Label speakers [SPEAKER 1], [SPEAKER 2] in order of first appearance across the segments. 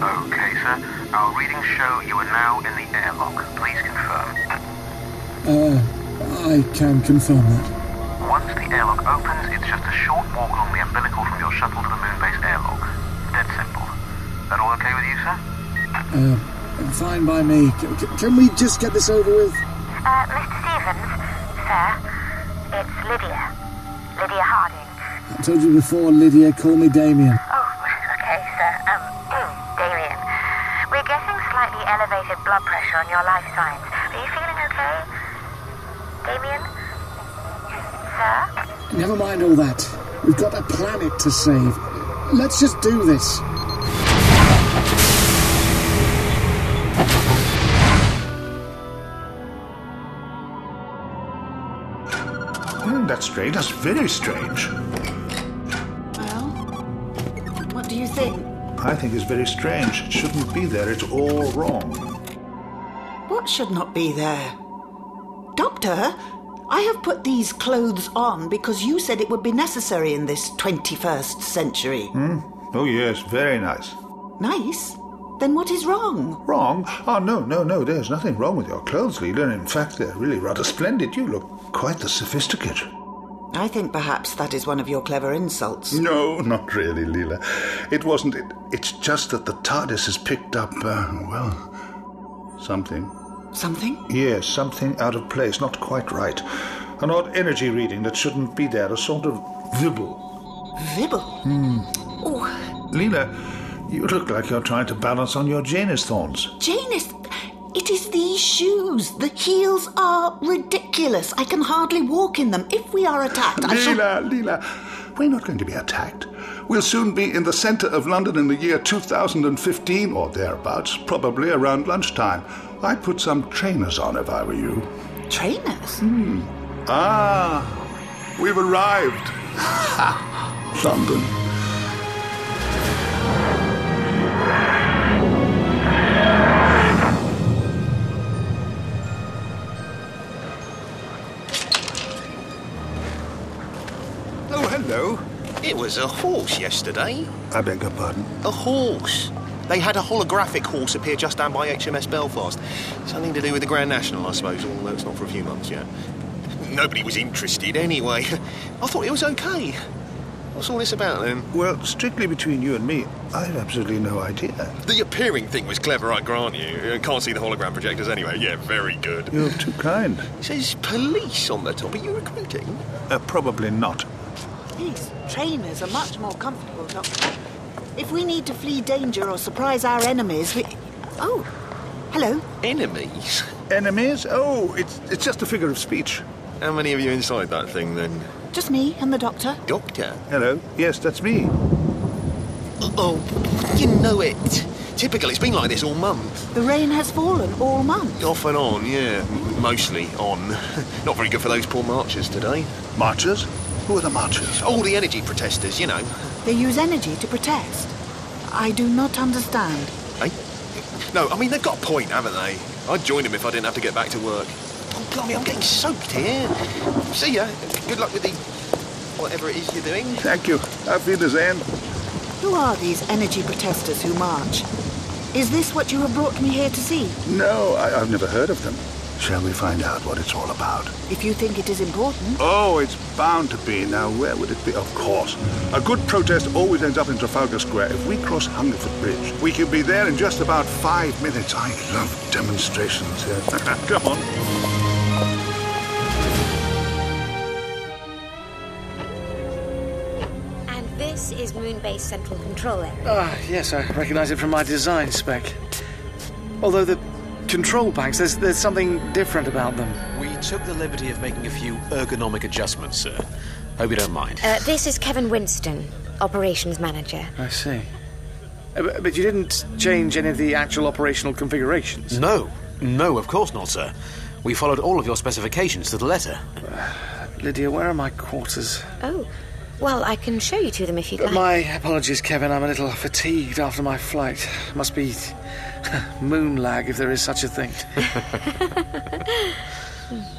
[SPEAKER 1] Okay, sir. Our readings show you are now in the airlock. Please confirm.
[SPEAKER 2] Uh, I can confirm that.
[SPEAKER 1] Once the airlock opens, it's just a short walk along the umbilical from your shuttle to the moon base airlock. Dead simple. That all okay with you, sir?
[SPEAKER 2] Uh, fine by me. C- c- can we just get this over with?
[SPEAKER 3] Uh, Mr. Stevens, sir, it's Lydia. Lydia Harding.
[SPEAKER 2] I told you before, Lydia, call me Damien.
[SPEAKER 3] Oh, okay, sir. Um, Damien, we're getting slightly elevated blood pressure on your life signs. Are you feeling okay? Damien? Sir?
[SPEAKER 2] Never mind all that. We've got a planet to save. Let's just do this.
[SPEAKER 4] Hmm, that's strange. That's very strange.
[SPEAKER 5] Well, what do you think?
[SPEAKER 4] I think it's very strange. It shouldn't be there. It's all wrong.
[SPEAKER 5] What should not be there? Doctor, I have put these clothes on because you said it would be necessary in this 21st century.
[SPEAKER 4] Oh, yes, very nice.
[SPEAKER 5] Nice? Then what is wrong?
[SPEAKER 4] Wrong? Oh, no, no, no. There's nothing wrong with your clothes, Leela. And in fact, they're really rather splendid. You look quite the sophisticate.
[SPEAKER 5] I think perhaps that is one of your clever insults.
[SPEAKER 4] No, not really, Leela. It wasn't. It, it's just that the TARDIS has picked up, uh, well, something.
[SPEAKER 5] Something?
[SPEAKER 4] Yes, something out of place, not quite right. An odd energy reading that shouldn't be there, a sort of vibble.
[SPEAKER 5] Vibble? Oh,
[SPEAKER 4] Leela, you look like you're trying to balance on your Janus thorns.
[SPEAKER 5] Janus, it is these shoes. The heels are ridiculous. I can hardly walk in them. If we are attacked, I shall.
[SPEAKER 4] Leela, Leela, we're not going to be attacked. We'll soon be in the centre of London in the year 2015 or thereabouts, probably around lunchtime. I'd put some trainers on if I were you.
[SPEAKER 5] Trainers?
[SPEAKER 4] Ah, we've arrived. London.
[SPEAKER 6] Oh, hello. It was a horse yesterday.
[SPEAKER 4] I beg your pardon.
[SPEAKER 6] A horse. They had a holographic horse appear just down by HMS Belfast. Something to do with the Grand National, I suppose, although it's not for a few months yet. Nobody was interested anyway. I thought it was okay. What's all this about then?
[SPEAKER 4] Well, strictly between you and me, I've absolutely no idea.
[SPEAKER 6] The appearing thing was clever, I grant you. Can't see the hologram projectors anyway. Yeah, very good.
[SPEAKER 4] You're too kind.
[SPEAKER 6] It says police on the top. Are you recruiting?
[SPEAKER 4] Uh, probably not.
[SPEAKER 5] These trainers are much more comfortable, Doctor. If we need to flee danger or surprise our enemies, we. Oh, hello.
[SPEAKER 6] Enemies?
[SPEAKER 4] Enemies? Oh, it's, it's just a figure of speech.
[SPEAKER 6] How many of you inside that thing then?
[SPEAKER 5] Just me and the doctor.
[SPEAKER 6] Doctor?
[SPEAKER 4] Hello. Yes, that's me.
[SPEAKER 6] Oh, you know it. Typical, it's been like this all month.
[SPEAKER 5] The rain has fallen all month.
[SPEAKER 6] Off and on, yeah. M- Mostly on. Not very good for those poor marchers today.
[SPEAKER 4] Marchers? Who are the marchers?
[SPEAKER 6] All the energy protesters, you know.
[SPEAKER 5] They use energy to protest. I do not understand.
[SPEAKER 6] Eh? No, I mean, they've got a point, haven't they? I'd join them if I didn't have to get back to work. Oh, blimey, I'm getting soaked here. See ya. Good luck with the... whatever it is you're doing.
[SPEAKER 4] Thank you. I feel the same.
[SPEAKER 5] Who are these energy protesters who march? Is this what you have brought me here to see?
[SPEAKER 4] No, I, I've never heard of them. Shall we find out what it's all about?
[SPEAKER 5] If you think it is important.
[SPEAKER 4] Oh, it's bound to be. Now, where would it be? Of course. A good protest always ends up in Trafalgar Square. If we cross Hungerford Bridge, we can be there in just about five minutes. I love demonstrations here. Come on.
[SPEAKER 7] And this is Moonbase Central Control Area.
[SPEAKER 8] Ah, yes, I recognise it from my design spec. Although the control banks, there's, there's something different about them.
[SPEAKER 9] We took the liberty of making a few ergonomic adjustments, sir. Hope you don't mind.
[SPEAKER 7] Uh, this is Kevin Winston, Operations Manager.
[SPEAKER 8] I see. Uh, But but you didn't change any of the actual operational configurations.
[SPEAKER 9] No, no, of course not, sir. We followed all of your specifications to the letter.
[SPEAKER 8] Lydia, where are my quarters?
[SPEAKER 7] Oh, well, I can show you to them if you'd like.
[SPEAKER 8] My apologies, Kevin. I'm a little fatigued after my flight. Must be moon lag if there is such a thing.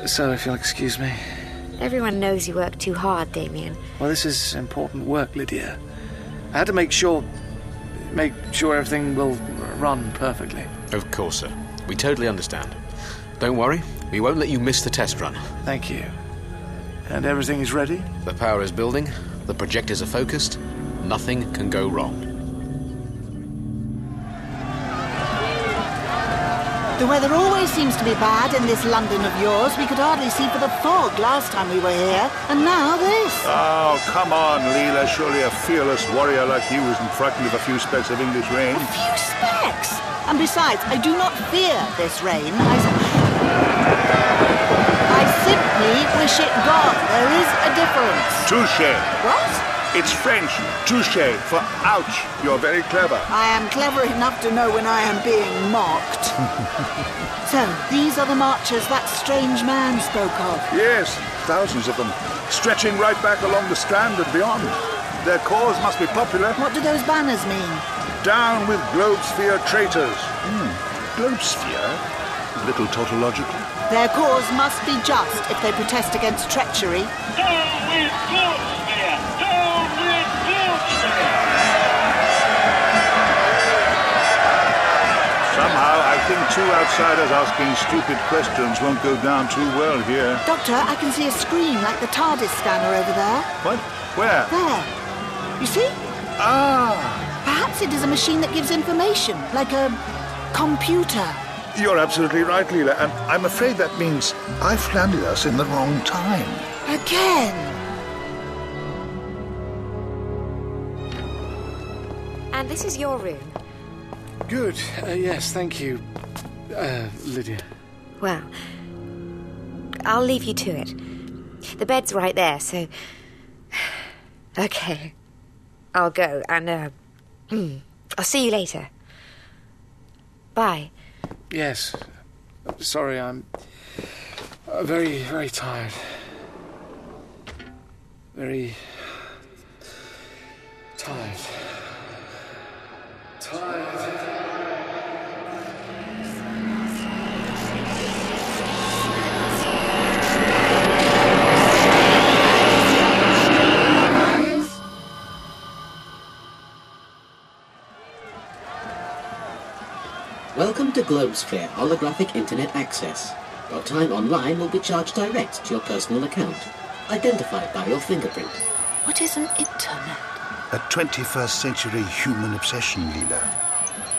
[SPEAKER 8] so, if you'll excuse me.
[SPEAKER 7] Everyone knows you work too hard, Damien.
[SPEAKER 8] Well, this is important work, Lydia. I had to make sure. make sure everything will run perfectly.
[SPEAKER 9] Of course, sir. We totally understand. Don't worry, we won't let you miss the test run.
[SPEAKER 8] Thank you. And everything is ready?
[SPEAKER 9] The power is building, the projectors are focused, nothing can go wrong.
[SPEAKER 5] The weather always seems to be bad in this London of yours. We could hardly see for the fog last time we were here, and now this.
[SPEAKER 4] Oh, come on, Leela. Surely a fearless warrior like you isn't frightened of a few specks of English rain.
[SPEAKER 5] A few specks. And besides, I do not fear this rain. I, s- I simply wish it gone. There is a difference.
[SPEAKER 4] Touche.
[SPEAKER 5] What?
[SPEAKER 4] It's French. Touche for ouch. You're very clever.
[SPEAKER 5] I am clever enough to know when I am being mocked.
[SPEAKER 4] Hmm.
[SPEAKER 5] so, these are the marchers that strange man spoke of.
[SPEAKER 4] Yes, thousands of them, stretching right back along the Strand and beyond. Their cause must be popular.
[SPEAKER 5] What do those banners mean?
[SPEAKER 4] Down with Globesphere traitors. Hmm. Globesphere? Little tautological.
[SPEAKER 5] Their cause must be just if they protest against treachery.
[SPEAKER 4] Somehow, I think two outsiders asking stupid questions won't go down too well here.
[SPEAKER 5] Doctor, I can see a screen like the TARDIS scanner over there.
[SPEAKER 4] What? Where?
[SPEAKER 5] There. You see?
[SPEAKER 4] Ah!
[SPEAKER 5] Perhaps it is a machine that gives information, like a computer.
[SPEAKER 4] You're absolutely right, Leela, and I'm afraid that means I've landed us in the wrong time.
[SPEAKER 5] Again.
[SPEAKER 3] And this is your room.
[SPEAKER 8] Good. Uh, yes, thank you, uh, Lydia.
[SPEAKER 3] Well, I'll leave you to it. The bed's right there, so. Okay. I'll go, and, uh. hmm, I'll see you later. Bye.
[SPEAKER 8] Yes. Sorry, I'm uh, very, very tired. Very tired. Tired.
[SPEAKER 10] Welcome to Globesphere Holographic Internet Access. Your time online will be charged direct to your personal account, identified by your fingerprint.
[SPEAKER 5] What is an internet?
[SPEAKER 4] A 21st century human obsession, Leela.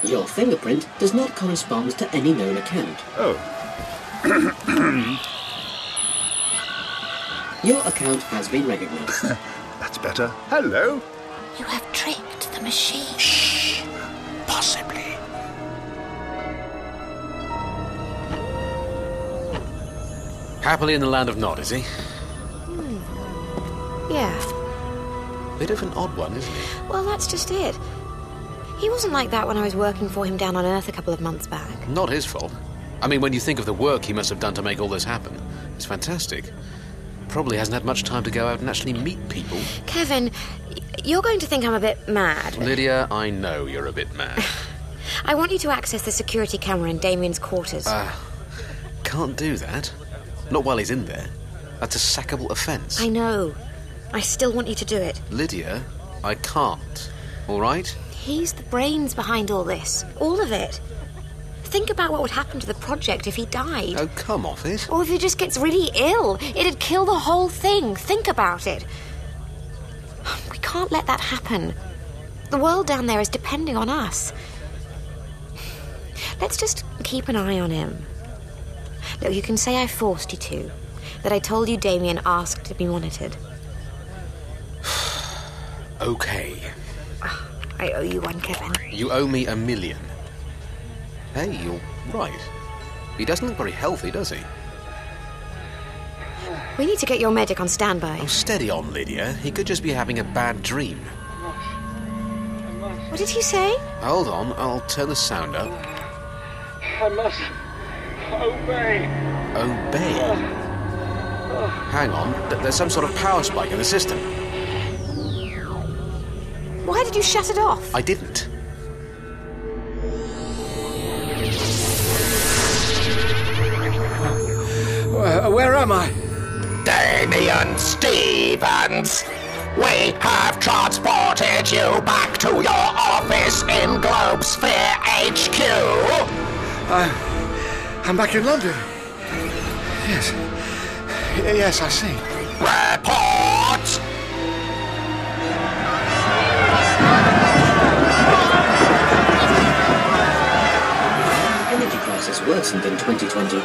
[SPEAKER 10] Your fingerprint does not correspond to any known account.
[SPEAKER 4] Oh,
[SPEAKER 10] Your account has been recognized.
[SPEAKER 4] that's better. Hello?
[SPEAKER 5] You have tricked the machine.
[SPEAKER 4] Possibly.
[SPEAKER 9] Happily in the land of Nod, is he?
[SPEAKER 3] Yeah.
[SPEAKER 9] Bit of an odd one, isn't he?
[SPEAKER 3] Well, that's just it. He wasn't like that when I was working for him down on Earth a couple of months back.
[SPEAKER 9] Not his fault. I mean, when you think of the work he must have done to make all this happen, it's fantastic. Probably hasn't had much time to go out and actually meet people.
[SPEAKER 3] Kevin, y- you're going to think I'm a bit mad.
[SPEAKER 9] Lydia, I know you're a bit mad.
[SPEAKER 3] I want you to access the security camera in Damien's quarters.
[SPEAKER 9] Uh, Ah. Can't do that. Not while he's in there. That's a sackable offence.
[SPEAKER 3] I know. I still want you to do it.
[SPEAKER 9] Lydia, I can't. All right?
[SPEAKER 3] He's the brains behind all this. All of it. Think about what would happen to the project if he died.
[SPEAKER 9] Oh, come off it.
[SPEAKER 3] Or if he just gets really ill. It'd kill the whole thing. Think about it. We can't let that happen. The world down there is depending on us. Let's just keep an eye on him. Look, you can say I forced you to. That I told you Damien asked to be monitored.
[SPEAKER 9] Okay.
[SPEAKER 3] I owe you one, Kevin.
[SPEAKER 9] You owe me a million. Hey, you're right. He doesn't look very healthy, does he?
[SPEAKER 3] We need to get your medic on standby.
[SPEAKER 9] Oh, steady on, Lydia. He could just be having a bad dream.
[SPEAKER 3] What did you say?
[SPEAKER 9] Hold on, I'll turn the sound up.
[SPEAKER 2] I must obey.
[SPEAKER 9] Obey. Oh, Hang on, th- there's some sort of power spike in the system.
[SPEAKER 3] Why did you shut it off?
[SPEAKER 9] I didn't.
[SPEAKER 8] Uh, where am I?
[SPEAKER 1] Damien Stevens! We have transported you back to your office in Globesphere HQ?
[SPEAKER 2] Uh,
[SPEAKER 8] I, I'm back in London. Yes. Y- Yes, I see.
[SPEAKER 1] Report!
[SPEAKER 9] Energy crisis worsened in 2021,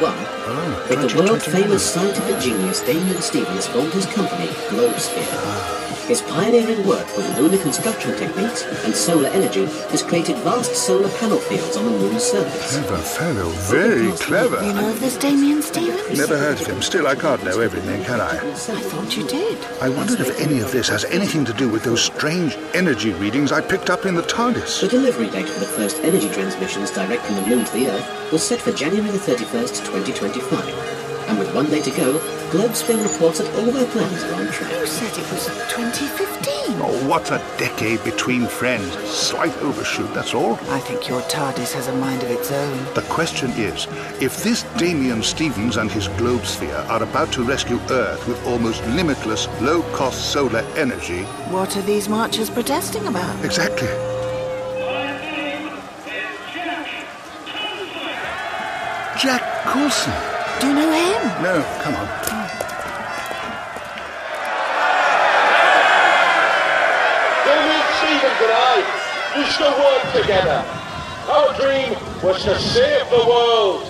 [SPEAKER 9] but the world-famous scientific genius Damien Stevens formed his company, Globesphere. His pioneering work with lunar construction techniques and solar energy has created vast solar panel fields on the moon's surface.
[SPEAKER 4] Clever fellow, very clever.
[SPEAKER 5] You know of this Damien Stevens?
[SPEAKER 4] Never heard of him. Still, I can't know everything, can I?
[SPEAKER 5] I thought you did.
[SPEAKER 4] I wonder if any of this has anything to do with those strange energy readings I picked up in the TARDIS.
[SPEAKER 9] The delivery date for the first energy transmissions direct from the moon to the Earth was set for January the 31st, 2025. And with one day to go, Globesphere reports that all their plans are on track.
[SPEAKER 5] You said it was 2015.
[SPEAKER 4] Oh, what a decade between friends. Slight overshoot, that's all.
[SPEAKER 5] I think your TARDIS has a mind of its own.
[SPEAKER 4] The question is if this Damien Stevens and his globe sphere are about to rescue Earth with almost limitless, low cost solar energy.
[SPEAKER 5] What are these marchers protesting about?
[SPEAKER 4] Exactly. Jack Coulson.
[SPEAKER 5] Do you know him?
[SPEAKER 4] No, come on.
[SPEAKER 2] Damien Stevens and I used to work together. Our dream was to save the world,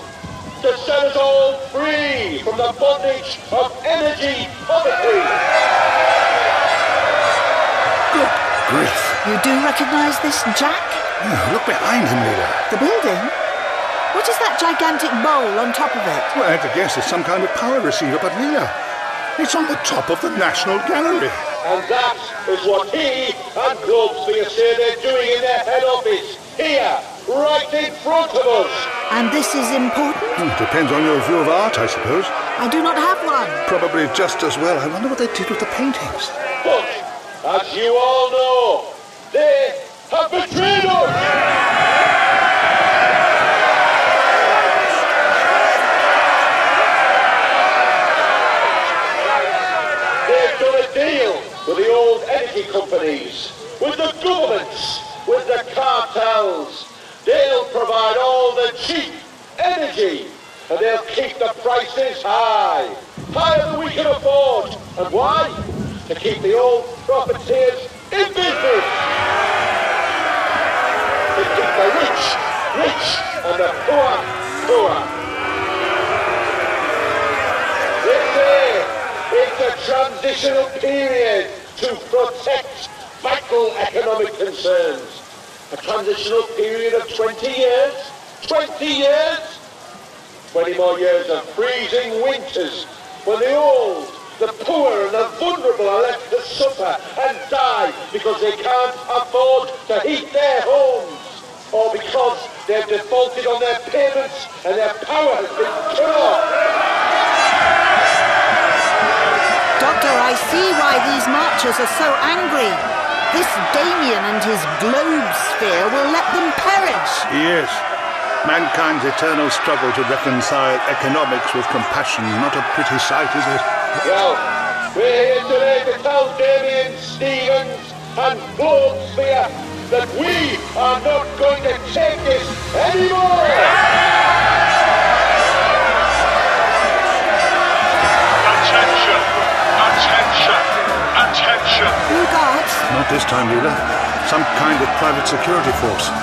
[SPEAKER 2] to set us all free from the bondage of energy poverty.
[SPEAKER 4] Griff.
[SPEAKER 5] You do recognise this Jack?
[SPEAKER 4] Yeah, look behind him, Leela.
[SPEAKER 5] The building? What is that gigantic bowl on top of it?
[SPEAKER 4] Well, I had to guess it's some kind of power receiver, but Leela, it's on the top of the National Gallery.
[SPEAKER 2] And that is what he and Globesphere say they're doing in their head office, here, right in front of us.
[SPEAKER 5] And this is important?
[SPEAKER 4] Hmm, depends on your view of art, I suppose.
[SPEAKER 5] I do not have one.
[SPEAKER 4] Probably just as well. I wonder what they did with the paintings.
[SPEAKER 2] But, as you all know, they have betrayed us. They've done a deal with the old energy companies, with the governments, with the cartels. They'll provide all the cheap energy, and they'll keep the prices high, higher than we can afford. And why? To keep the old profiteers in business. To keep the rich, rich, and the poor, poor. They say it's a transitional period to protect vital economic concerns. A transitional period of 20 years? 20 years? 20 more years of freezing winters when the old, the poor and the vulnerable are left to suffer and die because they can't afford to heat their homes or because they've defaulted on their payments and their power has been cut off.
[SPEAKER 5] Doctor, I see why these marchers are so angry. This Damien and his globe sphere will let them perish.
[SPEAKER 4] Yes. Mankind's eternal struggle to reconcile economics with compassion. Not a pretty sight, is it?
[SPEAKER 2] Well, we're here today to tell Damien Stevens and Globesphere that we are not going to take this anymore!
[SPEAKER 11] Attention! Attention! Attention!
[SPEAKER 5] You guards,
[SPEAKER 4] Not this time, Leela. Some kind of private security force.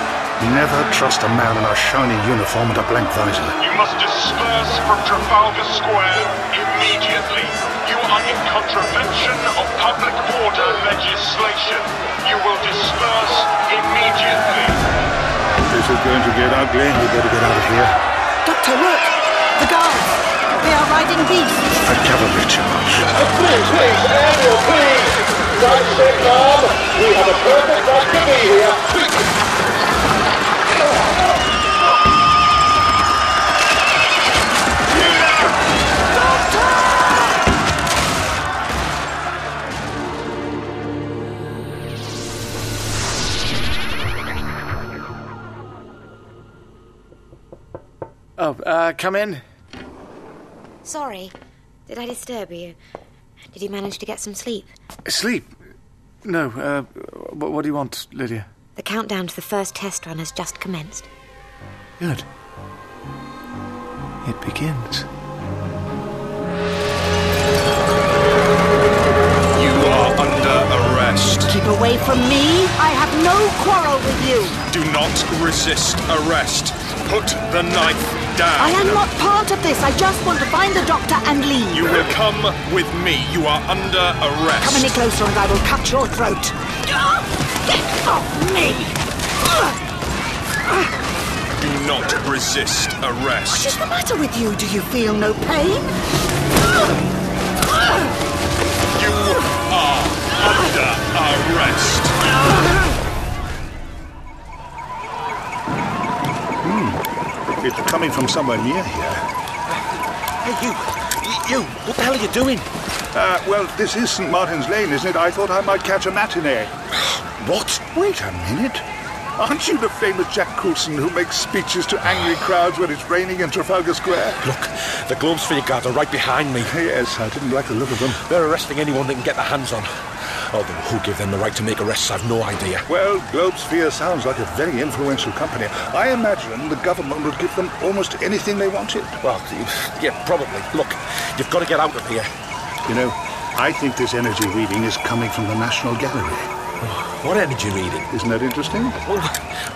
[SPEAKER 4] Never trust a man in a shiny uniform and a blank visor.
[SPEAKER 11] You must disperse from Trafalgar Square immediately. You are in contravention of public order legislation. You will disperse immediately.
[SPEAKER 4] This is going to get ugly. We better get out of here.
[SPEAKER 5] Doctor, look. The guards. They are riding beasts.
[SPEAKER 4] A cavalry charge.
[SPEAKER 2] And please, please, Ariel, please! Don't stay calm! We have a perfect right to be here!
[SPEAKER 8] Oh, uh, come in.
[SPEAKER 3] Sorry, did I disturb you? Did you manage to get some sleep?
[SPEAKER 8] Sleep. No, uh, what, what do you want, Lydia?
[SPEAKER 3] The countdown to the first test run has just commenced.
[SPEAKER 12] Good. It begins.
[SPEAKER 6] You are under arrest.
[SPEAKER 5] Keep away from me. I have no quarrel with you.
[SPEAKER 6] Do not resist arrest. Put the knife down.
[SPEAKER 5] I am not part of this. I just want to find the doctor and leave.
[SPEAKER 6] You will come with me. You are under arrest.
[SPEAKER 5] Come any closer and I will cut your throat. Get off me!
[SPEAKER 6] Do not resist arrest.
[SPEAKER 5] What is the matter with you? Do you feel no pain?
[SPEAKER 6] You are under arrest.
[SPEAKER 4] Hmm. It's coming from somewhere near here.
[SPEAKER 12] Hey, you! You! What the hell are you doing?
[SPEAKER 4] Uh, well, this is St. Martin's Lane, isn't it? I thought I might catch a matinee.
[SPEAKER 12] What?
[SPEAKER 4] Wait a minute. Aren't you the famous Jack Coulson who makes speeches to angry crowds when it's raining in Trafalgar Square?
[SPEAKER 12] Look, the Globes for your guard are right behind me.
[SPEAKER 4] Yes, I didn't like the look of them.
[SPEAKER 12] They're arresting anyone they can get their hands on. Oh, Although who gave them the right to make arrests, I've no idea.
[SPEAKER 4] Well, Globesphere sounds like a very influential company. I imagine the government would give them almost anything they wanted.
[SPEAKER 12] Well, yeah, probably. Look, you've got to get out of here.
[SPEAKER 4] You know, I think this energy reading is coming from the National Gallery.
[SPEAKER 12] Oh, What energy reading?
[SPEAKER 4] Isn't that interesting?
[SPEAKER 12] Well,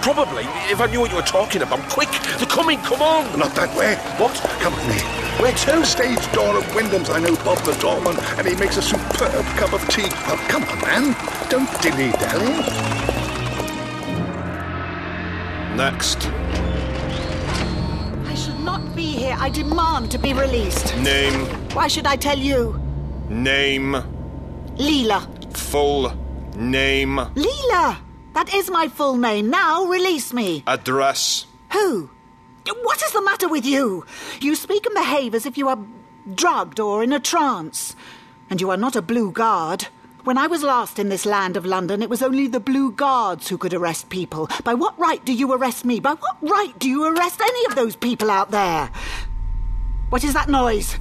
[SPEAKER 12] probably. If I knew what you were talking about. Quick! They're coming! Come on!
[SPEAKER 4] Not that way.
[SPEAKER 12] What?
[SPEAKER 4] Come with me.
[SPEAKER 12] Where to?
[SPEAKER 4] Stage door of Wyndham's. I know Bob the doorman, and he makes a superb cup of tea. Well, come on, man. Don't dilly-dally.
[SPEAKER 6] Next.
[SPEAKER 5] I should not be here. I demand to be released.
[SPEAKER 6] Name.
[SPEAKER 5] Why should I tell you?
[SPEAKER 6] Name.
[SPEAKER 5] Leela.
[SPEAKER 6] Full name.
[SPEAKER 5] Leela! That is my full name. Now release me.
[SPEAKER 6] Address.
[SPEAKER 5] Who? What is the matter with you? You speak and behave as if you are drugged or in a trance. And you are not a blue guard. When I was last in this land of London, it was only the blue guards who could arrest people. By what right do you arrest me? By what right do you arrest any of those people out there? What is that noise?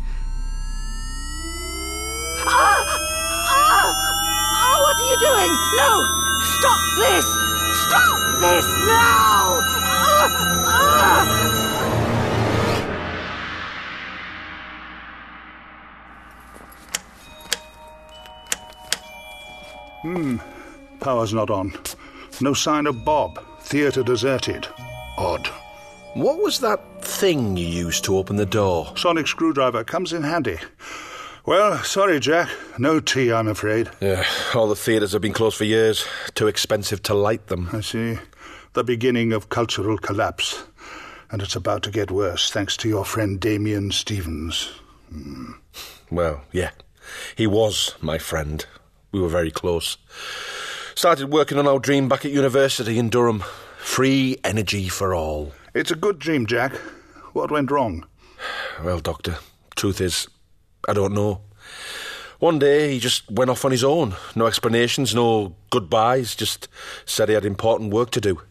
[SPEAKER 5] Ah! Ah! Oh, what are you doing? No! Stop this! Stop this now! Ah! Ah!
[SPEAKER 4] Hmm. Power's not on. No sign of Bob. Theatre deserted. Odd.
[SPEAKER 12] What was that thing you used to open the door?
[SPEAKER 4] Sonic screwdriver comes in handy. Well, sorry, Jack. No tea, I'm afraid.
[SPEAKER 12] Yeah, all the theatres have been closed for years. Too expensive to light them.
[SPEAKER 4] I see. The beginning of cultural collapse. And it's about to get worse, thanks to your friend Damien Stevens. Hmm.
[SPEAKER 12] Well, yeah. He was my friend. We were very close. Started working on our dream back at university in Durham. Free energy for all.
[SPEAKER 4] It's a good dream, Jack. What went wrong?
[SPEAKER 12] Well, Doctor, truth is, I don't know. One day he just went off on his own. No explanations, no goodbyes, just said he had important work to do.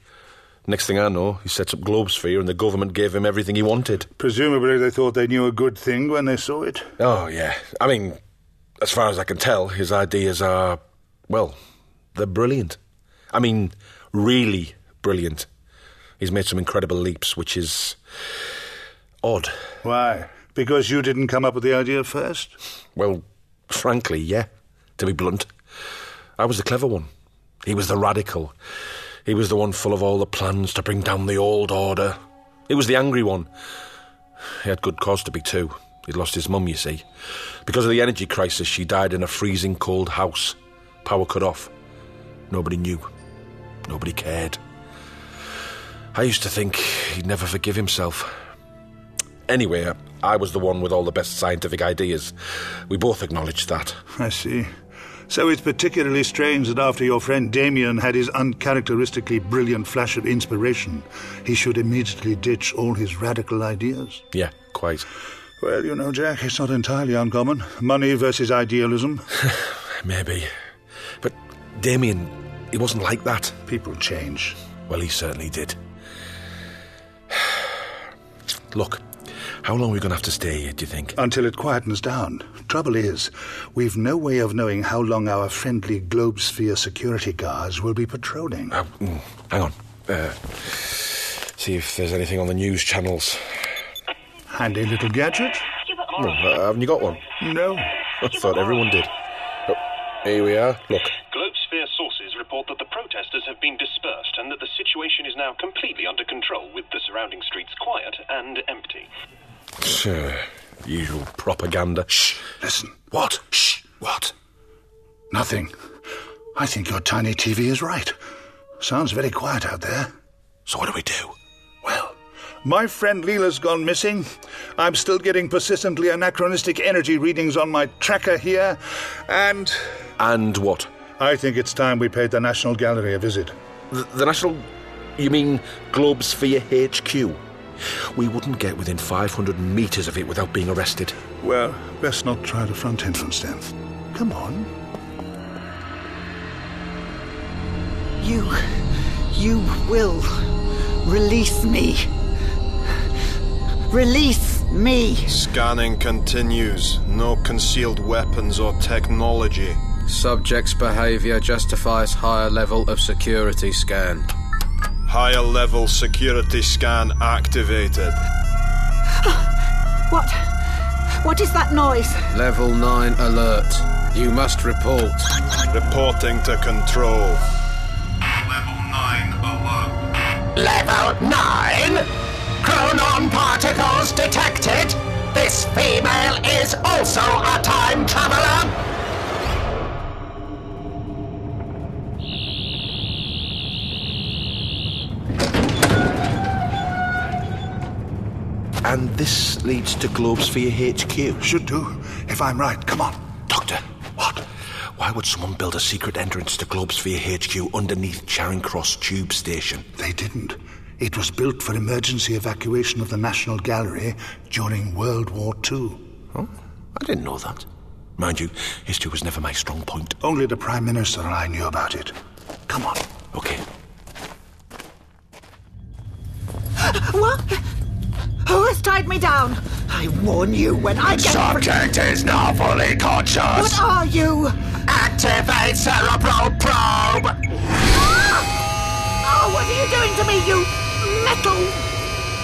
[SPEAKER 12] Next thing I know, he set up Globesphere and the government gave him everything he wanted.
[SPEAKER 4] Presumably they thought they knew a good thing when they saw it.
[SPEAKER 12] Oh, yeah. I mean, as far as I can tell, his ideas are, well, they're brilliant. I mean, really brilliant. He's made some incredible leaps, which is odd.
[SPEAKER 4] Why? Because you didn't come up with the idea first?
[SPEAKER 12] Well, frankly, yeah. To be blunt, I was the clever one. He was the radical. He was the one full of all the plans to bring down the old order. He was the angry one. He had good cause to be, too. He'd lost his mum, you see. Because of the energy crisis, she died in a freezing cold house. Power cut off. Nobody knew. Nobody cared. I used to think he'd never forgive himself. Anyway, uh, I was the one with all the best scientific ideas. We both acknowledged that.
[SPEAKER 4] I see. So it's particularly strange that after your friend Damien had his uncharacteristically brilliant flash of inspiration, he should immediately ditch all his radical ideas.
[SPEAKER 12] Yeah, quite.
[SPEAKER 4] Well, you know, Jack, it's not entirely uncommon. Money versus idealism.
[SPEAKER 12] Maybe. But Damien, he wasn't like that.
[SPEAKER 4] People change.
[SPEAKER 12] Well, he certainly did. Look, how long are we going to have to stay here, do you think?
[SPEAKER 4] Until it quietens down. Trouble is, we've no way of knowing how long our friendly Globesphere security guards will be patrolling.
[SPEAKER 12] Oh, hang on. Uh, see if there's anything on the news channels.
[SPEAKER 4] Handy little gadget?
[SPEAKER 12] Well, uh, haven't you got one?
[SPEAKER 4] No.
[SPEAKER 12] I thought everyone did. Oh, here we are. Look.
[SPEAKER 13] Globesphere sources report that the protesters have been dispersed and that the situation is now completely under control, with the surrounding streets quiet and empty.
[SPEAKER 12] Sure. Usual propaganda. Shh.
[SPEAKER 4] Listen. What? Shh. What? Nothing. I think your tiny TV is right. Sounds very quiet out there. So what do we do? Well, my friend Leela's gone missing. I'm still getting persistently anachronistic energy readings on my tracker here, and
[SPEAKER 12] And what?
[SPEAKER 4] I think it's time we paid the National Gallery a visit.
[SPEAKER 12] The, the National. You mean Globesphere HQ? We wouldn't get within 500 metres of it without being arrested.
[SPEAKER 4] Well, best not try the front entrance then. Come on.
[SPEAKER 5] You. You will release me. Release me.
[SPEAKER 14] Scanning continues. No concealed weapons or technology.
[SPEAKER 15] Subject's behaviour justifies higher level of security scan.
[SPEAKER 14] Higher level security scan activated.
[SPEAKER 5] What? What is that noise?
[SPEAKER 15] Level 9 alert. You must report.
[SPEAKER 14] Reporting to control.
[SPEAKER 1] Level 9? Chronon particles detected. This female is also a time traveler.
[SPEAKER 12] And this leads to Globesphere HQ.
[SPEAKER 4] Should do, if I'm right. Come on.
[SPEAKER 12] Doctor, what? Why would someone build a secret entrance to Globesphere HQ underneath Charing Cross Tube Station?
[SPEAKER 4] They didn't. It was built for emergency evacuation of the National Gallery during World War II.
[SPEAKER 12] I didn't know that. Mind you, history was never my strong point.
[SPEAKER 4] Only the Prime Minister and I knew about it. Come on.
[SPEAKER 12] Okay.
[SPEAKER 5] What? Who has tied me down? I warn you when I get.
[SPEAKER 1] Subject is now fully conscious.
[SPEAKER 5] What are you?
[SPEAKER 1] Activate cerebral probe.
[SPEAKER 5] Ah! Oh, what are you doing to me, you metal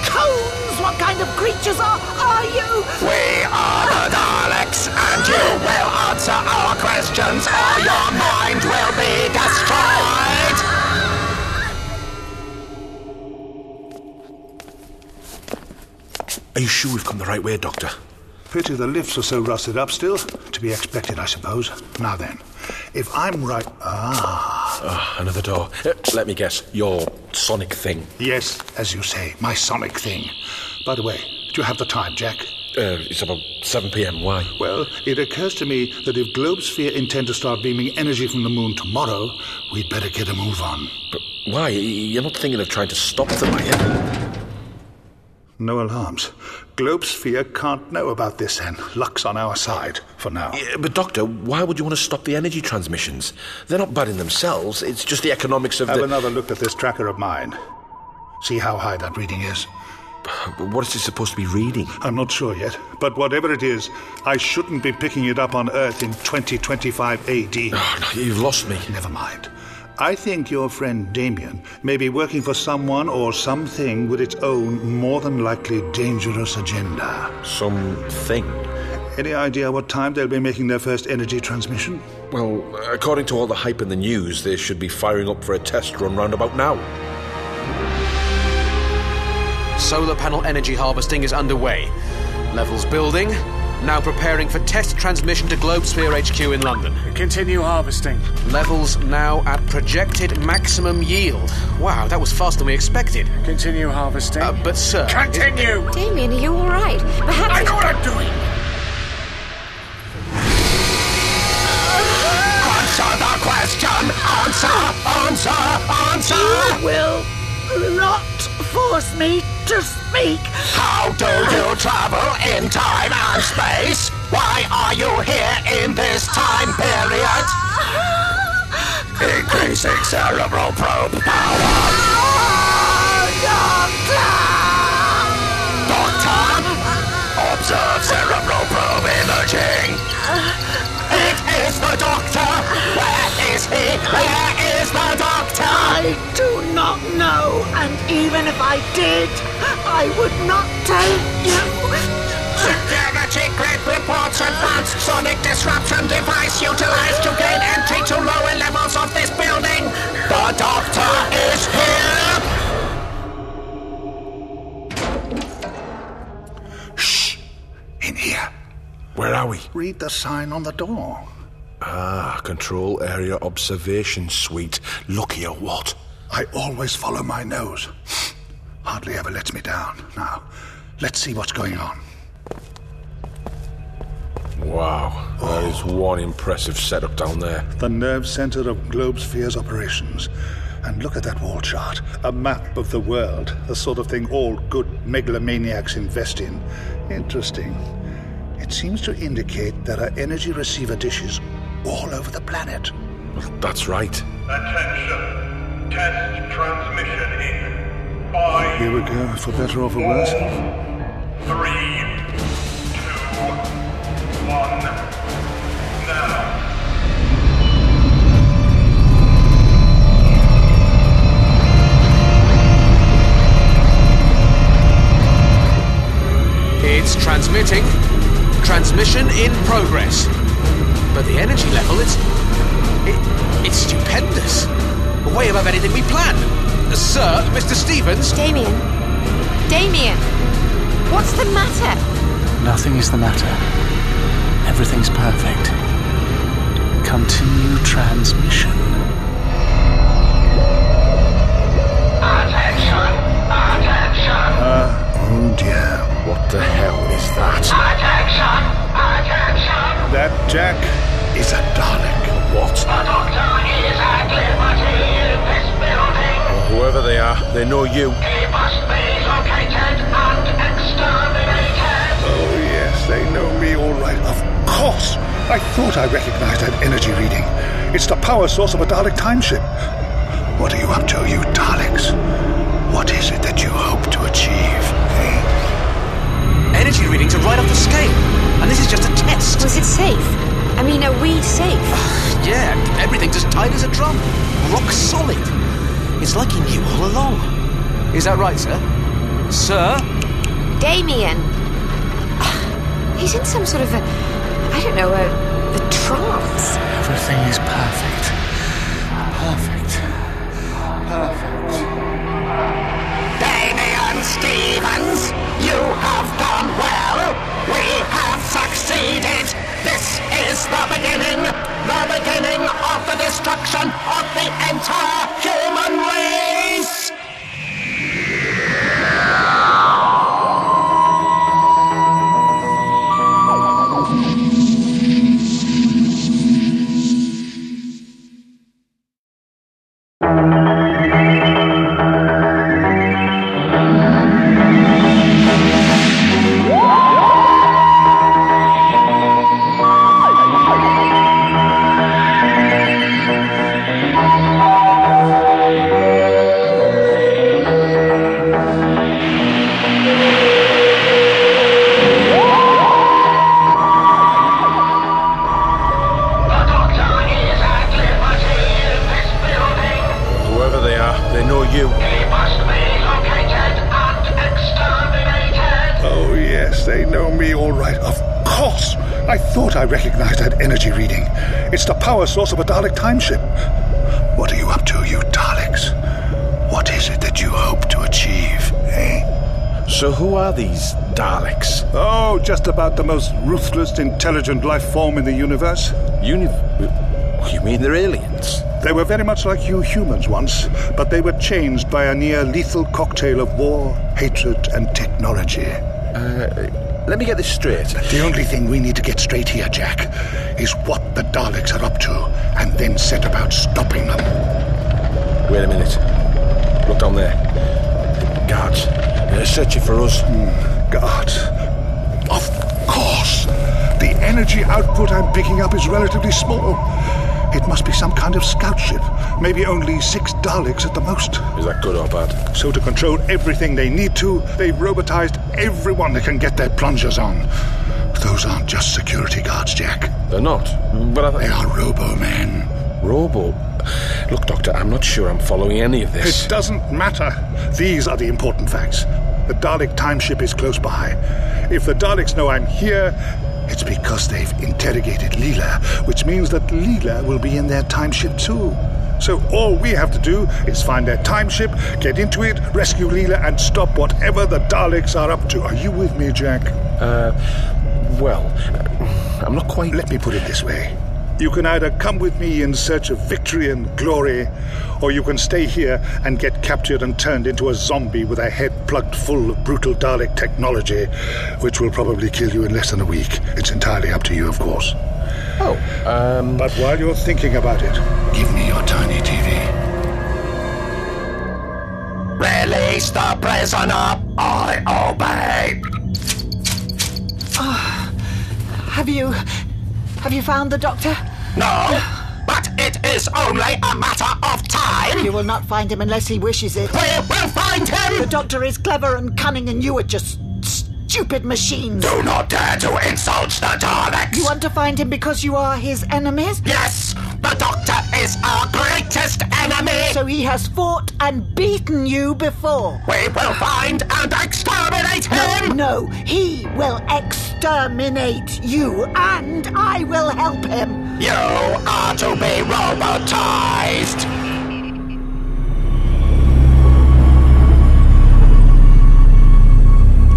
[SPEAKER 5] cones? What kind of creatures are, are you?
[SPEAKER 1] We are the Daleks, and you will answer our questions or your mind will be destroyed.
[SPEAKER 12] Are you sure we've come the right way, Doctor?
[SPEAKER 4] Pity the lifts are so rusted up still. To be expected, I suppose. Now then, if I'm right. Ah.
[SPEAKER 12] Ah, another door. Uh, let me guess. Your sonic thing.
[SPEAKER 4] Yes, as you say, my sonic thing. By the way, do you have the time, Jack?
[SPEAKER 12] Uh, it's about 7 pm. Why?
[SPEAKER 4] Well, it occurs to me that if Globesphere intend to start beaming energy from the moon tomorrow, we'd better get a move on.
[SPEAKER 12] But why? You're not thinking of trying to stop them, are you?
[SPEAKER 4] No alarms. Globesphere can't know about this, then. Luck's on our side, for now.
[SPEAKER 12] Yeah, but, Doctor, why would you want to stop the energy transmissions? They're not bad in themselves, it's just the economics of
[SPEAKER 4] Have
[SPEAKER 12] the.
[SPEAKER 4] another look at this tracker of mine. See how high that reading is.
[SPEAKER 12] But what is it supposed to be reading?
[SPEAKER 4] I'm not sure yet, but whatever it is, I shouldn't be picking it up on Earth in 2025 AD.
[SPEAKER 12] Oh, no, you've lost me.
[SPEAKER 4] Never mind. I think your friend Damien may be working for someone or something with its own, more than likely dangerous agenda.
[SPEAKER 12] Something.
[SPEAKER 4] Any idea what time they'll be making their first energy transmission?
[SPEAKER 12] Well, according to all the hype in the news, they should be firing up for a test run round about now.
[SPEAKER 9] Solar panel energy harvesting is underway. Levels building. Now preparing for test transmission to Globesphere HQ in London.
[SPEAKER 8] Continue harvesting.
[SPEAKER 9] Levels now at projected maximum yield. Wow, that was faster than we expected.
[SPEAKER 8] Continue harvesting.
[SPEAKER 9] Uh, but, sir.
[SPEAKER 8] Continue!
[SPEAKER 3] Damien, are you all right? Perhaps.
[SPEAKER 1] I know what I'm doing. Answer the question. Answer. Answer. Answer.
[SPEAKER 5] You will not force me to speak.
[SPEAKER 1] How do you travel in time and space? Why are you here in this time period? Increasing cerebral probe power. Doctor, observe cerebral probe imaging. It is the doctor. Where is he? Where is the doctor?
[SPEAKER 5] I do not not know, and even if I did, I would not tell you.
[SPEAKER 1] Security grid reports advanced sonic disruption device utilized to gain entry to lower levels of this building. The doctor is here.
[SPEAKER 4] In here.
[SPEAKER 12] Where are we?
[SPEAKER 4] Read the sign on the door.
[SPEAKER 12] Ah, Control Area Observation Suite. Lucky or what?
[SPEAKER 4] I always follow my nose. Hardly ever lets me down. Now, let's see what's going on.
[SPEAKER 12] Wow, there is one impressive setup down there.
[SPEAKER 4] The nerve center of Globesphere's operations. And look at that wall chart. A map of the world. The sort of thing all good megalomaniacs invest in. Interesting. It seems to indicate there are energy receiver dishes all over the planet.
[SPEAKER 12] That's right.
[SPEAKER 16] Attention. Test transmission in
[SPEAKER 4] Here we go, for better or for worse.
[SPEAKER 16] three, two, one. Now.
[SPEAKER 9] It's transmitting. Transmission in progress. But the energy level is. It, it's stupendous. Way above anything we planned. Sir, Mr. Stevens.
[SPEAKER 3] Damien. Damien! What's the matter?
[SPEAKER 8] Nothing is the matter. Everything's perfect. Continue transmission.
[SPEAKER 4] Uh, oh dear.
[SPEAKER 12] What the hell is that?
[SPEAKER 1] Attention! Attention!
[SPEAKER 4] That Jack is a Dalek.
[SPEAKER 12] What?
[SPEAKER 1] The doctor is at liberty in this building.
[SPEAKER 12] Whoever they are, they know you.
[SPEAKER 1] He must be located and exterminated.
[SPEAKER 4] Oh, yes, they know me all right. Of course! I thought I recognized that energy reading. It's the power source of a Dalek time ship. What are you up to, you Daleks? What is it that you hope to achieve?
[SPEAKER 9] Energy readings are right off the scale. And this is just a test. Ah,
[SPEAKER 3] Was it safe? I mean, are we safe?
[SPEAKER 9] Yeah, everything's as tight as a drum. Rock solid. It's like he knew all along. Is that right, sir? Sir?
[SPEAKER 3] Damien! He's in some sort of a. I don't know, a, a trance.
[SPEAKER 8] Everything is perfect. Perfect.
[SPEAKER 1] Damien Stevens, you have done well. We have succeeded. This is the beginning, the beginning of the destruction of the entire human race.
[SPEAKER 12] Whoever they are, they know you.
[SPEAKER 4] Oh, yes, they know me all right. Of course! I thought I recognized that energy reading. It's the power source of a Dalek time ship. What are you up to, you Daleks? What is it that you hope to achieve, eh?
[SPEAKER 12] So who are these Daleks?
[SPEAKER 4] Oh, just about the most ruthless, intelligent life form in the universe.
[SPEAKER 12] Univ. You mean they're aliens?
[SPEAKER 4] They were very much like you humans once, but they were changed by a near lethal cocktail of war, hatred, and technology.
[SPEAKER 12] Uh, let me get this straight.
[SPEAKER 4] The only thing we need to get straight here, Jack, is what the Daleks are up to, and then set about stopping them.
[SPEAKER 12] Wait a minute. Look down there. Guards, they're searching for us.
[SPEAKER 4] Hmm, Guards? Of course! The energy output I'm picking up is relatively small. It must be some kind of scout ship. Maybe only six Daleks at the most.
[SPEAKER 12] Is that good or bad?
[SPEAKER 4] So, to control everything they need to, they've robotized everyone that can get their plungers on. Those aren't just security guards, Jack.
[SPEAKER 12] They're not. But I
[SPEAKER 4] They are Robo Men.
[SPEAKER 12] Robo. Look, Doctor, I'm not sure I'm following any of this.
[SPEAKER 4] It doesn't matter. These are the important facts. The Dalek timeship is close by. If the Daleks know I'm here, it's because they've interrogated Leela, which means that Leela will be in their timeship too. So all we have to do is find their timeship, get into it, rescue Leela, and stop whatever the Daleks are up to. Are you with me, Jack?
[SPEAKER 12] Uh, well, I'm not quite.
[SPEAKER 4] Let me put it this way. You can either come with me in search of victory and glory, or you can stay here and get captured and turned into a zombie with a head plugged full of brutal Dalek technology, which will probably kill you in less than a week. It's entirely up to you, of course.
[SPEAKER 12] Oh, um.
[SPEAKER 4] But while you're thinking about it, give me your tiny TV.
[SPEAKER 1] Release the prisoner! I obey!
[SPEAKER 5] oh, Have you. Have you found the doctor?
[SPEAKER 1] No, but it is only a matter of time!
[SPEAKER 5] You will not find him unless he wishes it.
[SPEAKER 1] We will find him!
[SPEAKER 5] The doctor is clever and cunning, and you are just stupid machines.
[SPEAKER 1] Do not dare uh, to insult the Daleks!
[SPEAKER 5] You want to find him because you are his enemies?
[SPEAKER 1] Yes, the Doctor is our greatest enemy!
[SPEAKER 5] So he has fought and beaten you before.
[SPEAKER 1] We will find and exterminate him!
[SPEAKER 5] No, he will exterminate you, and I will help him.
[SPEAKER 1] You are to be robotized!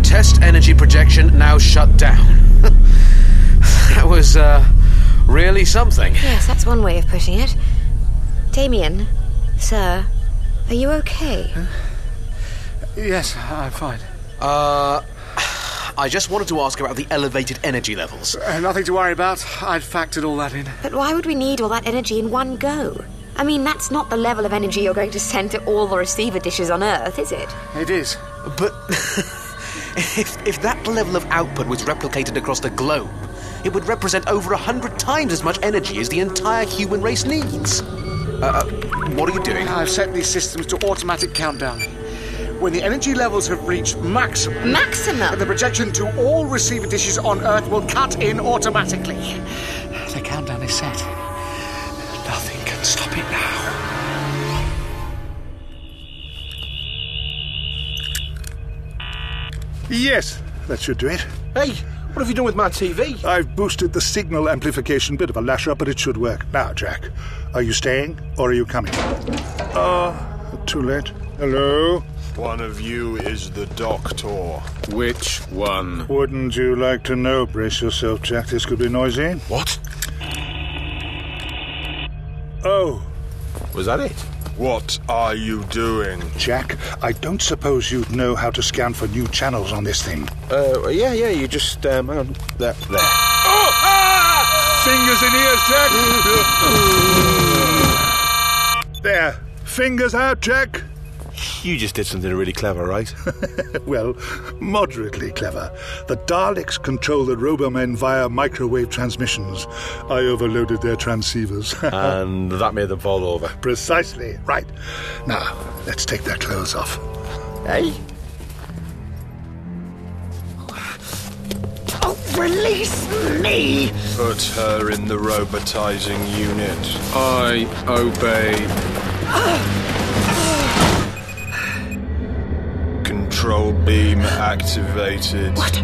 [SPEAKER 9] Test energy projection now shut down. that was, uh, really something.
[SPEAKER 3] Yes, that's one way of putting it. Damien, sir, are you okay?
[SPEAKER 8] Yes, I'm fine.
[SPEAKER 9] Uh, I just wanted to ask about the elevated energy levels.
[SPEAKER 8] Uh, nothing to worry about. I'd factored all that in.
[SPEAKER 3] But why would we need all that energy in one go? I mean, that's not the level of energy you're going to send to all the receiver dishes on Earth, is it?
[SPEAKER 8] It is.
[SPEAKER 9] But if, if that level of output was replicated across the globe, it would represent over a hundred times as much energy as the entire human race needs. Uh, uh, what are you doing?
[SPEAKER 8] I've set these systems to automatic countdown. When the energy levels have reached maximum,
[SPEAKER 3] Maximum?
[SPEAKER 8] the projection to all receiver dishes on Earth will cut in automatically. The countdown is set. Nothing can stop it now.
[SPEAKER 4] Yes, that should do it.
[SPEAKER 17] Hey, what have you done with my TV?
[SPEAKER 4] I've boosted the signal amplification, bit of a lasher, but it should work. Now, Jack, are you staying or are you coming? Uh, too late. Hello?
[SPEAKER 14] One of you is the doctor.
[SPEAKER 15] Which one?
[SPEAKER 4] Wouldn't you like to know? Brace yourself, Jack. This could be noisy.
[SPEAKER 15] What?
[SPEAKER 4] Oh,
[SPEAKER 15] Was that it?
[SPEAKER 14] What are you doing?
[SPEAKER 4] Jack, I don't suppose you'd know how to scan for new channels on this thing.
[SPEAKER 12] Uh, yeah, yeah, you just, um, hang on. There, there.
[SPEAKER 4] Fingers in ears, Jack! there. Fingers out, Jack!
[SPEAKER 12] You just did something really clever, right?
[SPEAKER 4] well, moderately clever. The Daleks control the Robomen via microwave transmissions. I overloaded their transceivers.
[SPEAKER 12] and that made them fall over.
[SPEAKER 4] Precisely. Right. Now, let's take their clothes off.
[SPEAKER 12] Hey?
[SPEAKER 5] Oh, release me!
[SPEAKER 14] Put her in the robotizing unit.
[SPEAKER 15] I obey.
[SPEAKER 5] Uh,
[SPEAKER 14] Control beam activated.
[SPEAKER 5] What?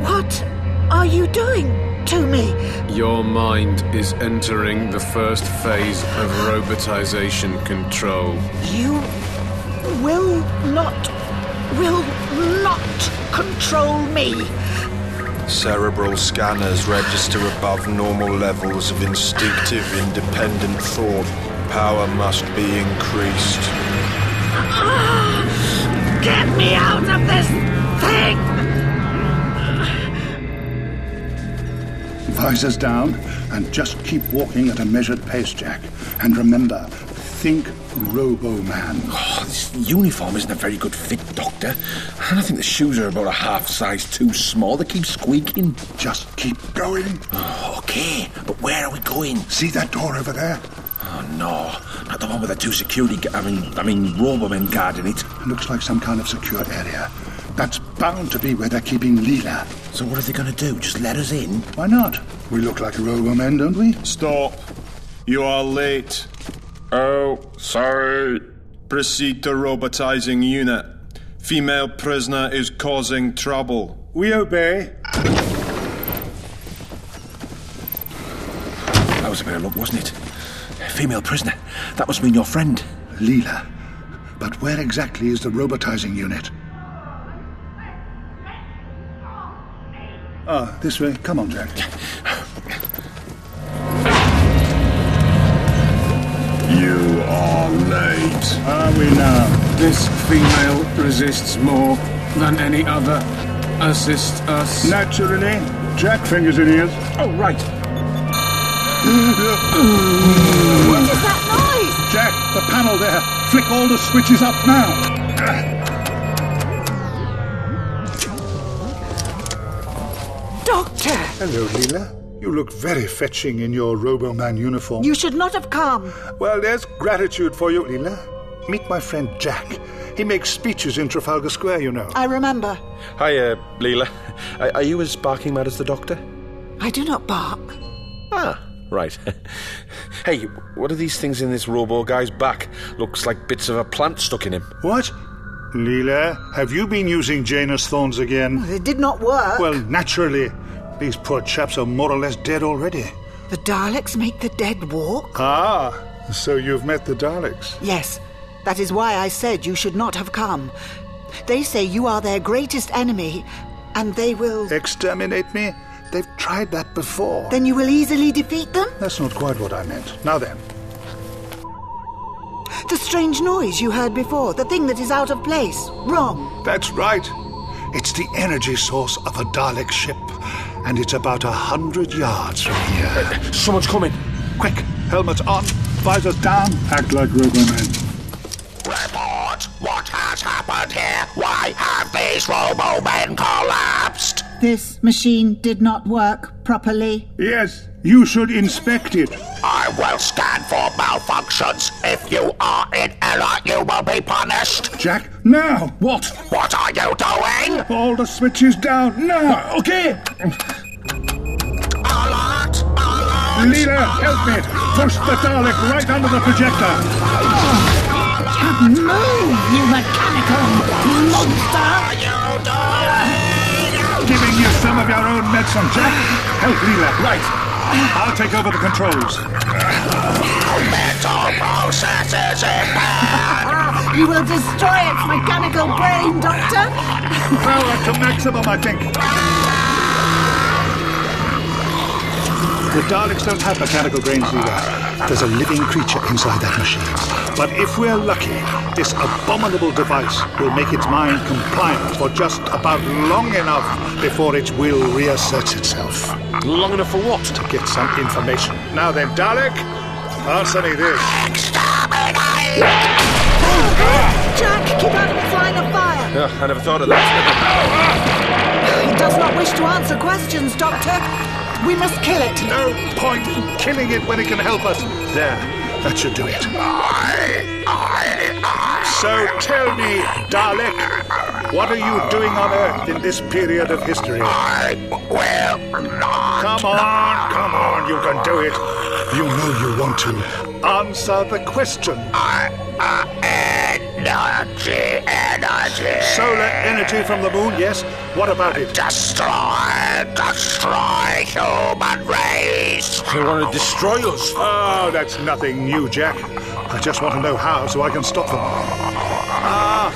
[SPEAKER 5] What are you doing to me?
[SPEAKER 15] Your mind is entering the first phase of robotization control.
[SPEAKER 5] You will not, will not control me.
[SPEAKER 14] Cerebral scanners register above normal levels of instinctive independent thought. Power must be increased.
[SPEAKER 5] Ah, Get me out of this thing!
[SPEAKER 4] Visors down, and just keep walking at a measured pace, Jack. And remember, think Roboman.
[SPEAKER 12] Oh, this uniform isn't a very good fit, Doctor. And I think the shoes are about a half size too small. They keep squeaking.
[SPEAKER 4] Just keep going.
[SPEAKER 12] Oh, okay, but where are we going?
[SPEAKER 4] See that door over there?
[SPEAKER 12] Oh, no. Not the one with the two security... um, Gu- I mean, I mean, Robomen guarding it.
[SPEAKER 4] Looks like some kind of secure area. That's bound to be where they're keeping Leela.
[SPEAKER 12] So what are they going to do? Just let us in?
[SPEAKER 4] Why not? We look like Robomen, don't we?
[SPEAKER 14] Stop.
[SPEAKER 6] You are late. Oh, sorry. Proceed to robotizing unit. Female prisoner is causing trouble.
[SPEAKER 18] We obey.
[SPEAKER 12] That was a bit of luck, wasn't it? Female prisoner. That must mean your friend.
[SPEAKER 4] Leela. But where exactly is the robotizing unit? Ah, this way. Come on, Jack.
[SPEAKER 19] You are late.
[SPEAKER 2] Are we now? This female resists more than any other. Assist us.
[SPEAKER 4] Naturally. Jack fingers in ears.
[SPEAKER 2] Oh, right.
[SPEAKER 4] what
[SPEAKER 2] is
[SPEAKER 4] that noise? Jack, the panel there. Flick all the switches up now.
[SPEAKER 5] Doctor!
[SPEAKER 4] Hello, Leela. You look very fetching in your Roboman uniform.
[SPEAKER 5] You should not have come.
[SPEAKER 4] Well, there's gratitude for you, Leela. Meet my friend Jack. He makes speeches in Trafalgar Square, you know.
[SPEAKER 5] I remember.
[SPEAKER 12] Hi, uh, Leela. Are, are you as barking mad as the doctor?
[SPEAKER 5] I do not bark.
[SPEAKER 12] Ah. Right. hey, what are these things in this robo guy's back? Looks like bits of a plant stuck in him.
[SPEAKER 4] What? Leela, have you been using Janus thorns again?
[SPEAKER 5] It did not work.
[SPEAKER 4] Well, naturally. These poor chaps are more or less dead already.
[SPEAKER 5] The Daleks make the dead walk?
[SPEAKER 4] Ah, so you've met the Daleks.
[SPEAKER 5] Yes. That is why I said you should not have come. They say you are their greatest enemy, and they will.
[SPEAKER 4] Exterminate me? They've tried that before.
[SPEAKER 5] Then you will easily defeat them?
[SPEAKER 4] That's not quite what I meant. Now then,
[SPEAKER 5] The strange noise you heard before, the thing that is out of place. Wrong.
[SPEAKER 4] That's right. It's the energy source of a Dalek ship, and it's about a hundred yards from here.
[SPEAKER 12] Uh, someone's coming.
[SPEAKER 4] Quick, helmet on, visors down. Act like Roboman.
[SPEAKER 1] Report! What has happened here? Why have these robo men collapsed?
[SPEAKER 5] This machine did not work properly.
[SPEAKER 4] Yes, you should inspect it.
[SPEAKER 1] I will scan for malfunctions. If you are in error, you will be punished.
[SPEAKER 4] Jack, now! What?
[SPEAKER 1] What are you doing?
[SPEAKER 4] All the switches down now! Okay!
[SPEAKER 1] Alert! Alert!
[SPEAKER 4] Leader, help me! Push the Dalek right under the projector!
[SPEAKER 1] Move, you mechanical monster!
[SPEAKER 4] Giving you some of your own medicine, Jack! Help Leela, right! I'll take over the controls.
[SPEAKER 1] Mental processes impaired!
[SPEAKER 5] You will destroy its mechanical brain, Doctor!
[SPEAKER 4] Power to maximum, I think. The Daleks don't have mechanical brains, Leela. There's a living creature inside that machine. But if we're lucky, this abominable device will make its mind compliant for just about long enough before its will reasserts itself.
[SPEAKER 12] Long enough for what?
[SPEAKER 4] To get some information. Now then, Dalek, answer me this.
[SPEAKER 5] Jack, keep out of its line of fire!
[SPEAKER 12] Ugh, I never thought of that.
[SPEAKER 5] It does not wish to answer questions, Doctor! We must kill it!
[SPEAKER 4] No point killing it when it can help us. There, that should do it. So tell me, Dalek, what are you doing on Earth in this period of history? I will not. Come on, come on, you can do it. You know you want to. Answer the question.
[SPEAKER 1] Energy, energy!
[SPEAKER 4] Solar energy from the moon, yes. What about it?
[SPEAKER 1] Destroy, destroy human race!
[SPEAKER 4] They want to destroy us. Oh, that's nothing new, Jack. I just want to know how so I can stop them. Ah,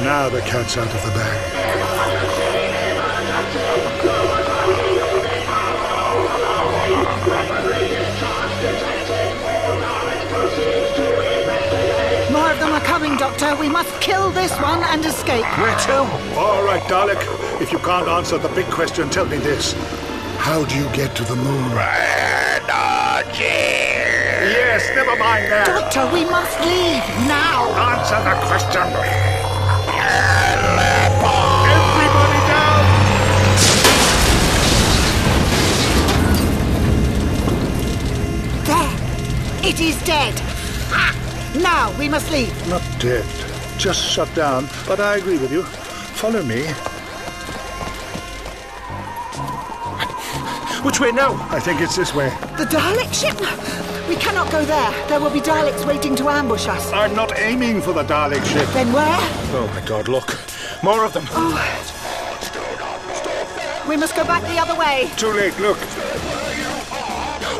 [SPEAKER 4] now the cat's out of the bag.
[SPEAKER 5] More of them are coming, Doctor. We must kill this one and escape.
[SPEAKER 4] Where to? All right, Dalek. If you can't answer the big question, tell me this. How do you get to the moon? Yes, never mind that.
[SPEAKER 5] Doctor, we must leave now.
[SPEAKER 4] Answer the question. Everybody down!
[SPEAKER 5] There. It is dead. Now we must leave.
[SPEAKER 4] Not dead. Just shut down. But I agree with you. Follow me.
[SPEAKER 20] Which way now?
[SPEAKER 4] I think it's this way.
[SPEAKER 5] The Dalek ship? We cannot go there. There will be Daleks waiting to ambush us.
[SPEAKER 4] I'm not aiming for the Dalek ship.
[SPEAKER 5] Then where?
[SPEAKER 21] Oh my god, look. More of them.
[SPEAKER 5] We must go back the other way.
[SPEAKER 4] Too late, look.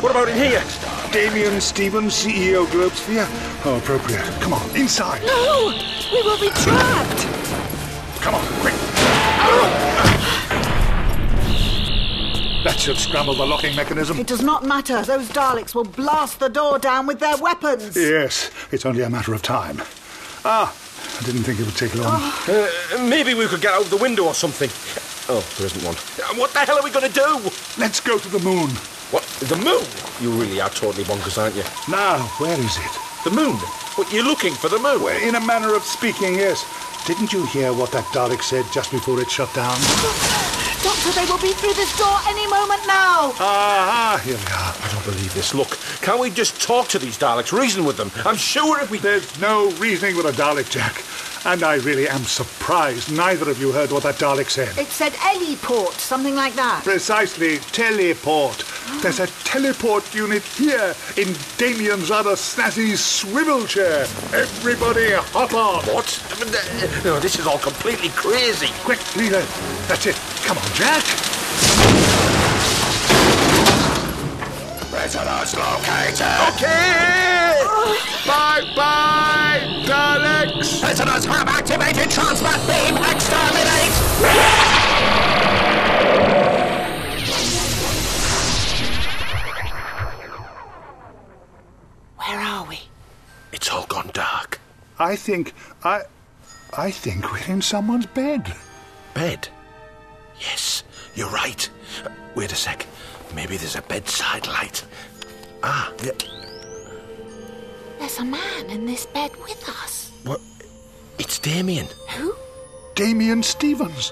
[SPEAKER 4] What about in here? Damien E Stevens, CEO Globesphere. How Oh, appropriate. Come on, inside.
[SPEAKER 5] No! We will be trapped!
[SPEAKER 4] Come on, quick. That should scramble the locking mechanism.
[SPEAKER 5] It does not matter. Those Daleks will blast the door down with their weapons.
[SPEAKER 4] Yes, it's only a matter of time. Ah, I didn't think it would take long.
[SPEAKER 12] Uh, maybe we could get out the window or something. Oh, there isn't one. Uh, What the hell are we going to do?
[SPEAKER 4] Let's go to the moon.
[SPEAKER 12] What? The moon? You really are totally bonkers, aren't you?
[SPEAKER 4] Now, where is it?
[SPEAKER 12] The moon. What, you're looking for the moon?
[SPEAKER 4] In a manner of speaking, yes. Didn't you hear what that Dalek said just before it shut down?
[SPEAKER 5] Doctor, they will be through this door any moment now.
[SPEAKER 4] Ah, here we are.
[SPEAKER 12] I don't believe this. Look, can't we just talk to these Daleks, reason with them? I'm sure if we.
[SPEAKER 4] There's no reasoning with a Dalek, Jack. And I really am surprised neither of you heard what that Dalek said.
[SPEAKER 5] It said heliport, something like that.
[SPEAKER 4] Precisely, teleport. There's a teleport unit here in Damien's other snazzy swivel chair. Everybody hop on.
[SPEAKER 12] What? uh, No, this is all completely crazy.
[SPEAKER 4] Quick, Leela. That's it. Come on, Jack.
[SPEAKER 1] Prisoners located.
[SPEAKER 12] Okay.
[SPEAKER 1] Bye bye, Daleks. Prisoners have activated transport beam. Exterminate.
[SPEAKER 2] Where are we?
[SPEAKER 12] It's all gone dark.
[SPEAKER 4] I think I I think we're in someone's bed.
[SPEAKER 21] Bed? Yes, you're right. Uh, Wait a sec. Maybe there's a bedside light. Ah, yeah.
[SPEAKER 3] There's a man in this bed with us.
[SPEAKER 21] What? It's Damien.
[SPEAKER 3] Who?
[SPEAKER 4] Damien Stevens.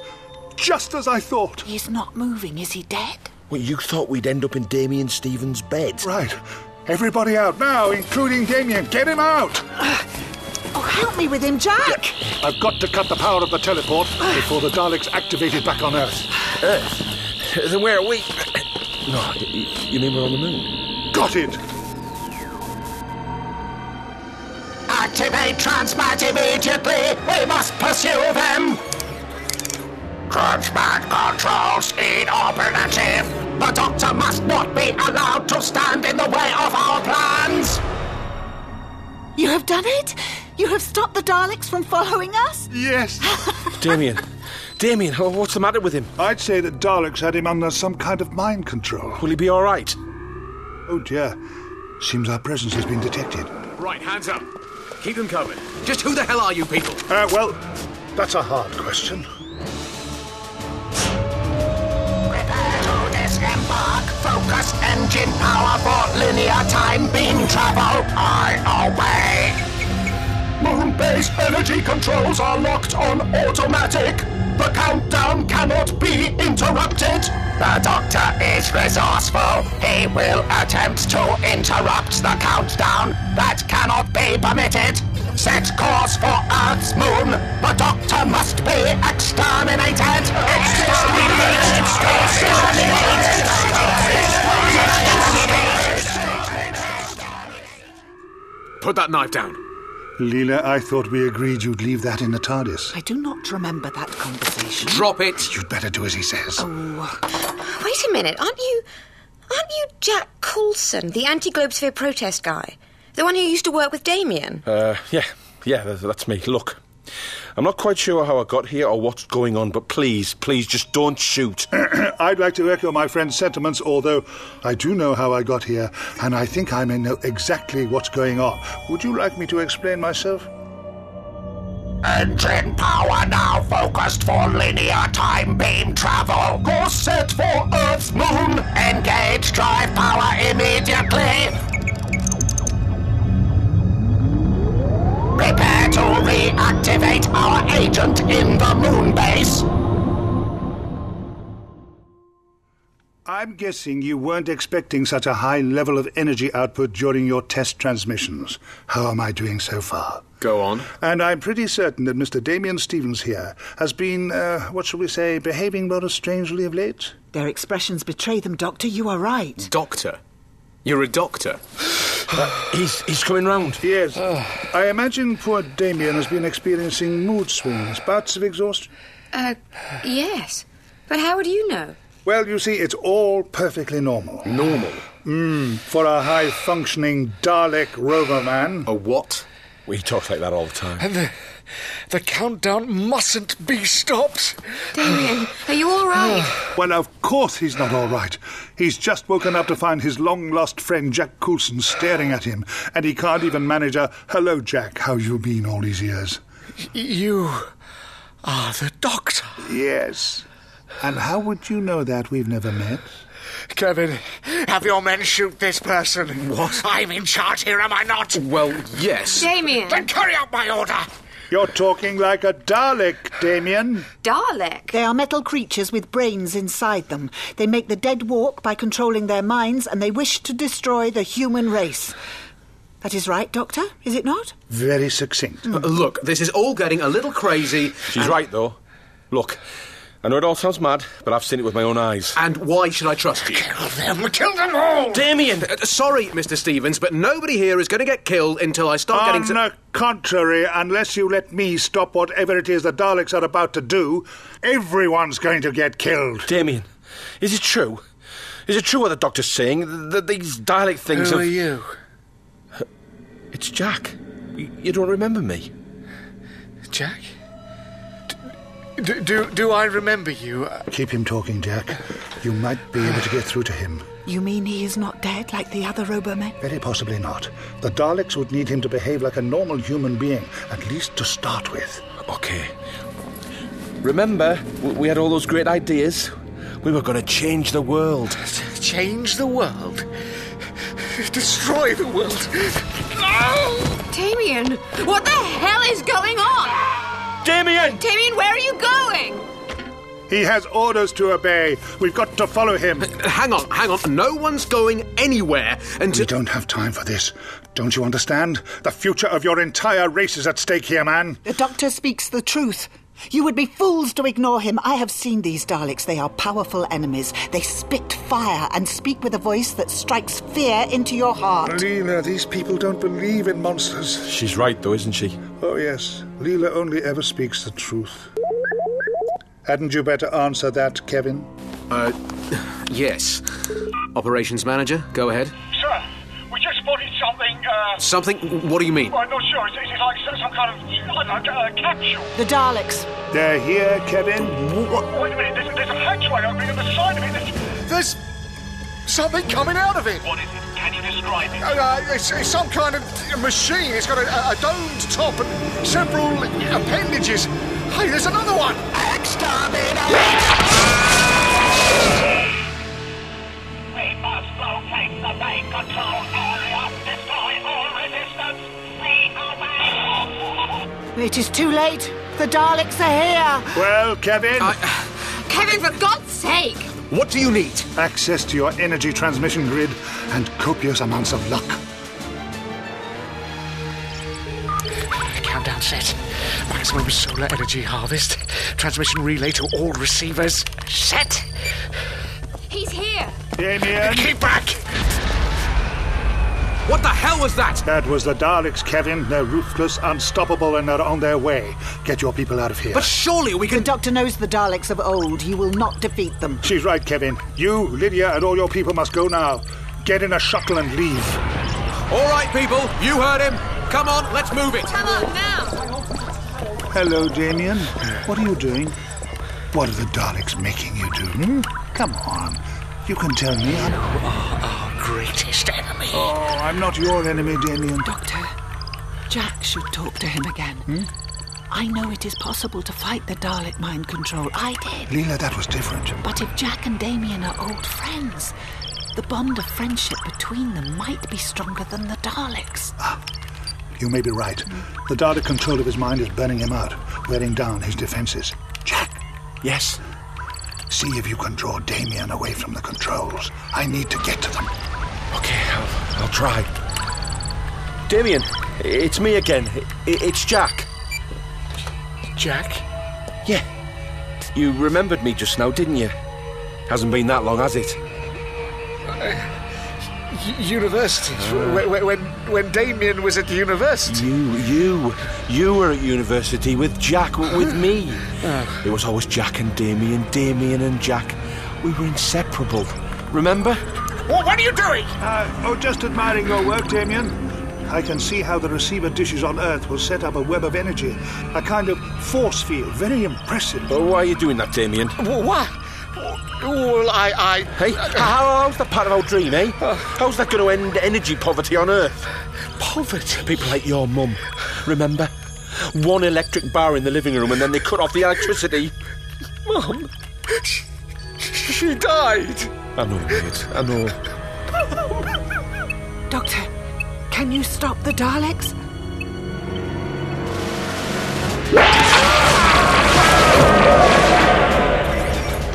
[SPEAKER 4] Just as I thought.
[SPEAKER 2] He's not moving. Is he dead?
[SPEAKER 21] Well, you thought we'd end up in Damien Stevens' bed.
[SPEAKER 4] Right. Everybody out now, including Damien. Get him out!
[SPEAKER 5] Oh, help me with him, Jack.
[SPEAKER 4] I've got to cut the power of the teleport before the Daleks activate it back on Earth.
[SPEAKER 21] Earth? Then where are we? No, y- y- you mean we're on the moon?
[SPEAKER 4] Got it!
[SPEAKER 1] Activate transport immediately! We must pursue them! Transport controls inoperative! The Doctor must not be allowed to stand in the way of our plans!
[SPEAKER 5] You have done it? You have stopped the Daleks from following us?
[SPEAKER 4] Yes.
[SPEAKER 12] Damien. Damien, oh, what's the matter with him?
[SPEAKER 4] I'd say that Daleks had him under some kind of mind control.
[SPEAKER 12] Will he be all right?
[SPEAKER 4] Oh dear. Seems our presence has been detected.
[SPEAKER 9] Right, hands up. Keep them covered. Just who the hell are you people?
[SPEAKER 4] Uh, well, that's a hard question.
[SPEAKER 1] Prepare to disembark! Focus engine power for linear time beam travel! I obey! Moonbase energy controls are locked on automatic! The countdown cannot be interrupted! The Doctor is resourceful. He will attempt to interrupt the countdown. That cannot be permitted. Set course for Earth's moon. The Doctor must be exterminated. Exterminated!
[SPEAKER 9] Put that knife down.
[SPEAKER 4] Leela, I thought we agreed you'd leave that in the TARDIS.
[SPEAKER 5] I do not remember that conversation.
[SPEAKER 9] Drop it.
[SPEAKER 4] You'd better do as he says.
[SPEAKER 3] Wait a minute, aren't you. Aren't you Jack Coulson, the anti Globesphere protest guy? The one who used to work with Damien?
[SPEAKER 12] Uh, yeah, yeah, th- that's me. Look, I'm not quite sure how I got here or what's going on, but please, please, just don't shoot.
[SPEAKER 4] I'd like to echo my friend's sentiments, although I do know how I got here, and I think I may know exactly what's going on. Would you like me to explain myself?
[SPEAKER 1] Engine power now focused for linear time beam travel. Course set for Earth's moon. Engage drive power immediately. Prepare to reactivate our agent in the moon base.
[SPEAKER 4] I'm guessing you weren't expecting such a high level of energy output during your test transmissions. How am I doing so far?
[SPEAKER 9] Go on.
[SPEAKER 4] And I'm pretty certain that Mr. Damien Stevens here has been, uh, what shall we say, behaving rather strangely of late.
[SPEAKER 5] Their expressions betray them, Doctor. You are right.
[SPEAKER 9] Doctor. You're a doctor.
[SPEAKER 8] Uh, he's, he's coming round. Uh.
[SPEAKER 4] He is. I imagine poor Damien has been experiencing mood swings, bouts of exhaustion.
[SPEAKER 3] Uh, yes. But how would you know?
[SPEAKER 4] Well, you see, it's all perfectly normal. Normal? Mm, for a high functioning Dalek rover man. A what?
[SPEAKER 12] We talk like that all the time.
[SPEAKER 8] And the, the countdown mustn't be stopped. Ah.
[SPEAKER 3] Damien, are you all right?
[SPEAKER 4] Well, of course he's not all right. He's just woken up to find his long lost friend Jack Coulson staring at him, and he can't even manage a hello, Jack, how you been all these years?
[SPEAKER 8] You are Ah, the doctor.
[SPEAKER 4] Yes. And how would you know that we've never met?
[SPEAKER 8] Kevin, have your men shoot this person. What? I'm in charge here, am I not?
[SPEAKER 4] Well, yes.
[SPEAKER 3] Damien!
[SPEAKER 8] Then carry out my order!
[SPEAKER 4] You're talking like a Dalek, Damien.
[SPEAKER 3] Dalek?
[SPEAKER 5] They are metal creatures with brains inside them. They make the dead walk by controlling their minds, and they wish to destroy the human race. That is right, Doctor, is it not?
[SPEAKER 4] Very succinct.
[SPEAKER 9] Uh, Look, this is all getting a little crazy.
[SPEAKER 12] She's right, though. Look, I know it all sounds mad, but I've seen it with my own eyes.
[SPEAKER 9] And why should I trust you?
[SPEAKER 8] them, kill them all!
[SPEAKER 9] Damien! uh, sorry, Mr. Stevens, but nobody here is going to get killed until I start
[SPEAKER 4] On
[SPEAKER 9] getting to.
[SPEAKER 4] the contrary, unless you let me stop whatever it is the Daleks are about to do, everyone's going to get killed.
[SPEAKER 12] Damien, is it true? Is it true what the doctor's saying? Th- That these Dalek things
[SPEAKER 9] Oh,
[SPEAKER 4] Who
[SPEAKER 12] have-
[SPEAKER 4] are you?
[SPEAKER 12] It's Jack. You, you don't remember me?
[SPEAKER 8] Jack? Do, do, do I remember you? Uh,
[SPEAKER 4] Keep him talking, Jack. You might be able to get through to him.
[SPEAKER 5] You mean he is not dead like the other Robomen?
[SPEAKER 4] Very possibly not. The Daleks would need him to behave like a normal human being, at least to start with.
[SPEAKER 12] Okay. Remember, w- we had all those great ideas. We were going to change the world.
[SPEAKER 8] Change the world? Destroy the world?
[SPEAKER 3] Damien, what the hell is going on?
[SPEAKER 4] Damien!
[SPEAKER 3] Damien, where are you going?
[SPEAKER 4] He has orders to obey. We've got to follow him.
[SPEAKER 9] Hang on, hang on. No one's going anywhere until.
[SPEAKER 4] We don't have time for this. Don't you understand? The future of your entire race is at stake here, man.
[SPEAKER 5] The doctor speaks the truth. You would be fools to ignore him. I have seen these Daleks. They are powerful enemies. They spit fire and speak with a voice that strikes fear into your heart.
[SPEAKER 4] Leela, these people don't believe in monsters.
[SPEAKER 12] She's right, though, isn't she?
[SPEAKER 4] Oh, yes. Leela only ever speaks the truth. Hadn't you better answer that, Kevin?
[SPEAKER 9] Uh, yes. Operations manager, go ahead.
[SPEAKER 1] Sir, we just spotted something, uh...
[SPEAKER 9] Something. What do you mean?
[SPEAKER 1] I'm not sure. Is it is it like some some kind of, I don't know, uh, capsule?
[SPEAKER 5] The Daleks.
[SPEAKER 4] They're here, Kevin.
[SPEAKER 1] Wait a minute, there's, there's a hatchway opening at the side of it. There's,
[SPEAKER 8] There's something coming out of it.
[SPEAKER 1] What is it? Can you describe it?
[SPEAKER 8] Uh, uh, it's, it's some kind of machine. It's got a, a domed top and several appendages. Hey, there's another one.
[SPEAKER 22] We must locate the main control area, destroy all resistance, free
[SPEAKER 5] It is too late. The Daleks are here.
[SPEAKER 4] Well, Kevin.
[SPEAKER 3] Kevin, for God's sake!
[SPEAKER 4] What do you need? Access to your energy transmission grid and copious amounts of luck.
[SPEAKER 8] Countdown set. Maximum solar energy harvest. Transmission relay to all receivers. Set.
[SPEAKER 3] He's here!
[SPEAKER 4] Damien!
[SPEAKER 8] Keep back!
[SPEAKER 9] What the hell was that?
[SPEAKER 4] That was the Daleks, Kevin. They're ruthless, unstoppable, and they're on their way. Get your people out of here.
[SPEAKER 9] surely we
[SPEAKER 5] can. The doctor knows the Daleks of old. You will not defeat them.
[SPEAKER 4] She's right, Kevin. You, Lydia, and all your people must go now. Get in a shuttle and leave.
[SPEAKER 9] All right, people, you heard him. Come on, let's move it. Come
[SPEAKER 3] on now.
[SPEAKER 4] Hello, Damien. What are you doing? What are the Daleks making you do? Hmm? Come on. You can tell me. I'm... our greatest enemy. Oh, I'm not your enemy, Damien. Doctor.
[SPEAKER 5] Jack should talk to him again.
[SPEAKER 4] Hmm?
[SPEAKER 5] I know it is possible to fight the Dalek mind control. I did.
[SPEAKER 4] Leela, that was different.
[SPEAKER 5] But if Jack and Damien are old friends, the bond of friendship between them might be stronger than the Daleks.
[SPEAKER 4] You may be right. The Dalek control of his mind is burning him out, wearing down his defenses. Jack. Yes? See if you can draw Damien away from the controls. I need to get to them.
[SPEAKER 12] Okay, I'll, I'll try. Damien, it's me again. I- It's Jack.
[SPEAKER 8] Jack?
[SPEAKER 12] Yeah. You remembered me just now, didn't you? Hasn't been that long, has it?
[SPEAKER 8] university. When, when, when Damien was at the university.
[SPEAKER 12] You, you, you were at university with Jack, w- with me. It was always Jack and Damien, Damien and Jack. We were inseparable. Remember?
[SPEAKER 4] What, what are you doing? Uh, oh, just admiring your work, Damien. I can see how the receiver dishes on Earth will set up a web of energy, a kind of force field. Very impressive.
[SPEAKER 12] Oh, why are you doing that, Damien?
[SPEAKER 8] Well, why? Well, I, I.
[SPEAKER 12] Hey, how, how's that part of our dream, eh? How's that going to end energy poverty on Earth?
[SPEAKER 8] Poverty?
[SPEAKER 12] People like your mum, remember? One electric bar in the living room and then they cut off the electricity.
[SPEAKER 8] Mum, she, she died.
[SPEAKER 12] I know, mate, I know.
[SPEAKER 5] Doctor, can you stop the Daleks?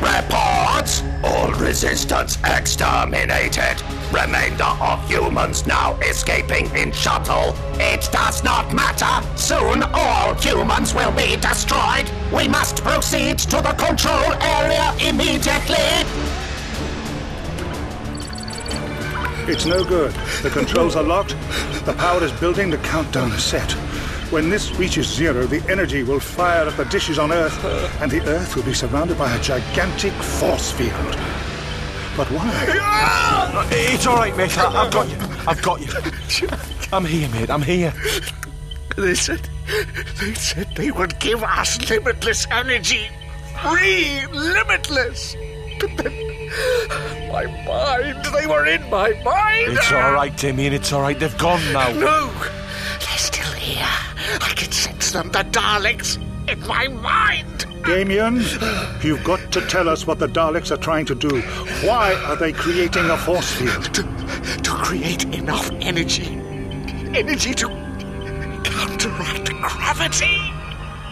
[SPEAKER 1] Reports! All resistance exterminated. Remainder of humans now escaping in shuttle. It does not matter. Soon all humans will be destroyed. We must proceed to the control area immediately.
[SPEAKER 4] It's no good. The controls are locked. The power is building. The countdown is set. When this reaches zero, the energy will fire at the dishes on Earth, and the Earth will be surrounded by a gigantic force field. But why?
[SPEAKER 12] It's all right, mate. I, I've got you. I've got you. I'm here, mate. I'm here.
[SPEAKER 8] They said, they said they would give us limitless energy. Free, limitless. But then, my mind, they were in my mind.
[SPEAKER 12] It's all right, Damien. It's all right. They've gone now.
[SPEAKER 8] No, they're still here. I can sense them, the Daleks, in my mind.
[SPEAKER 4] Damien, you've got to tell us what the Daleks are trying to do. Why are they creating a force field? To,
[SPEAKER 8] to create enough energy. Energy to counteract gravity.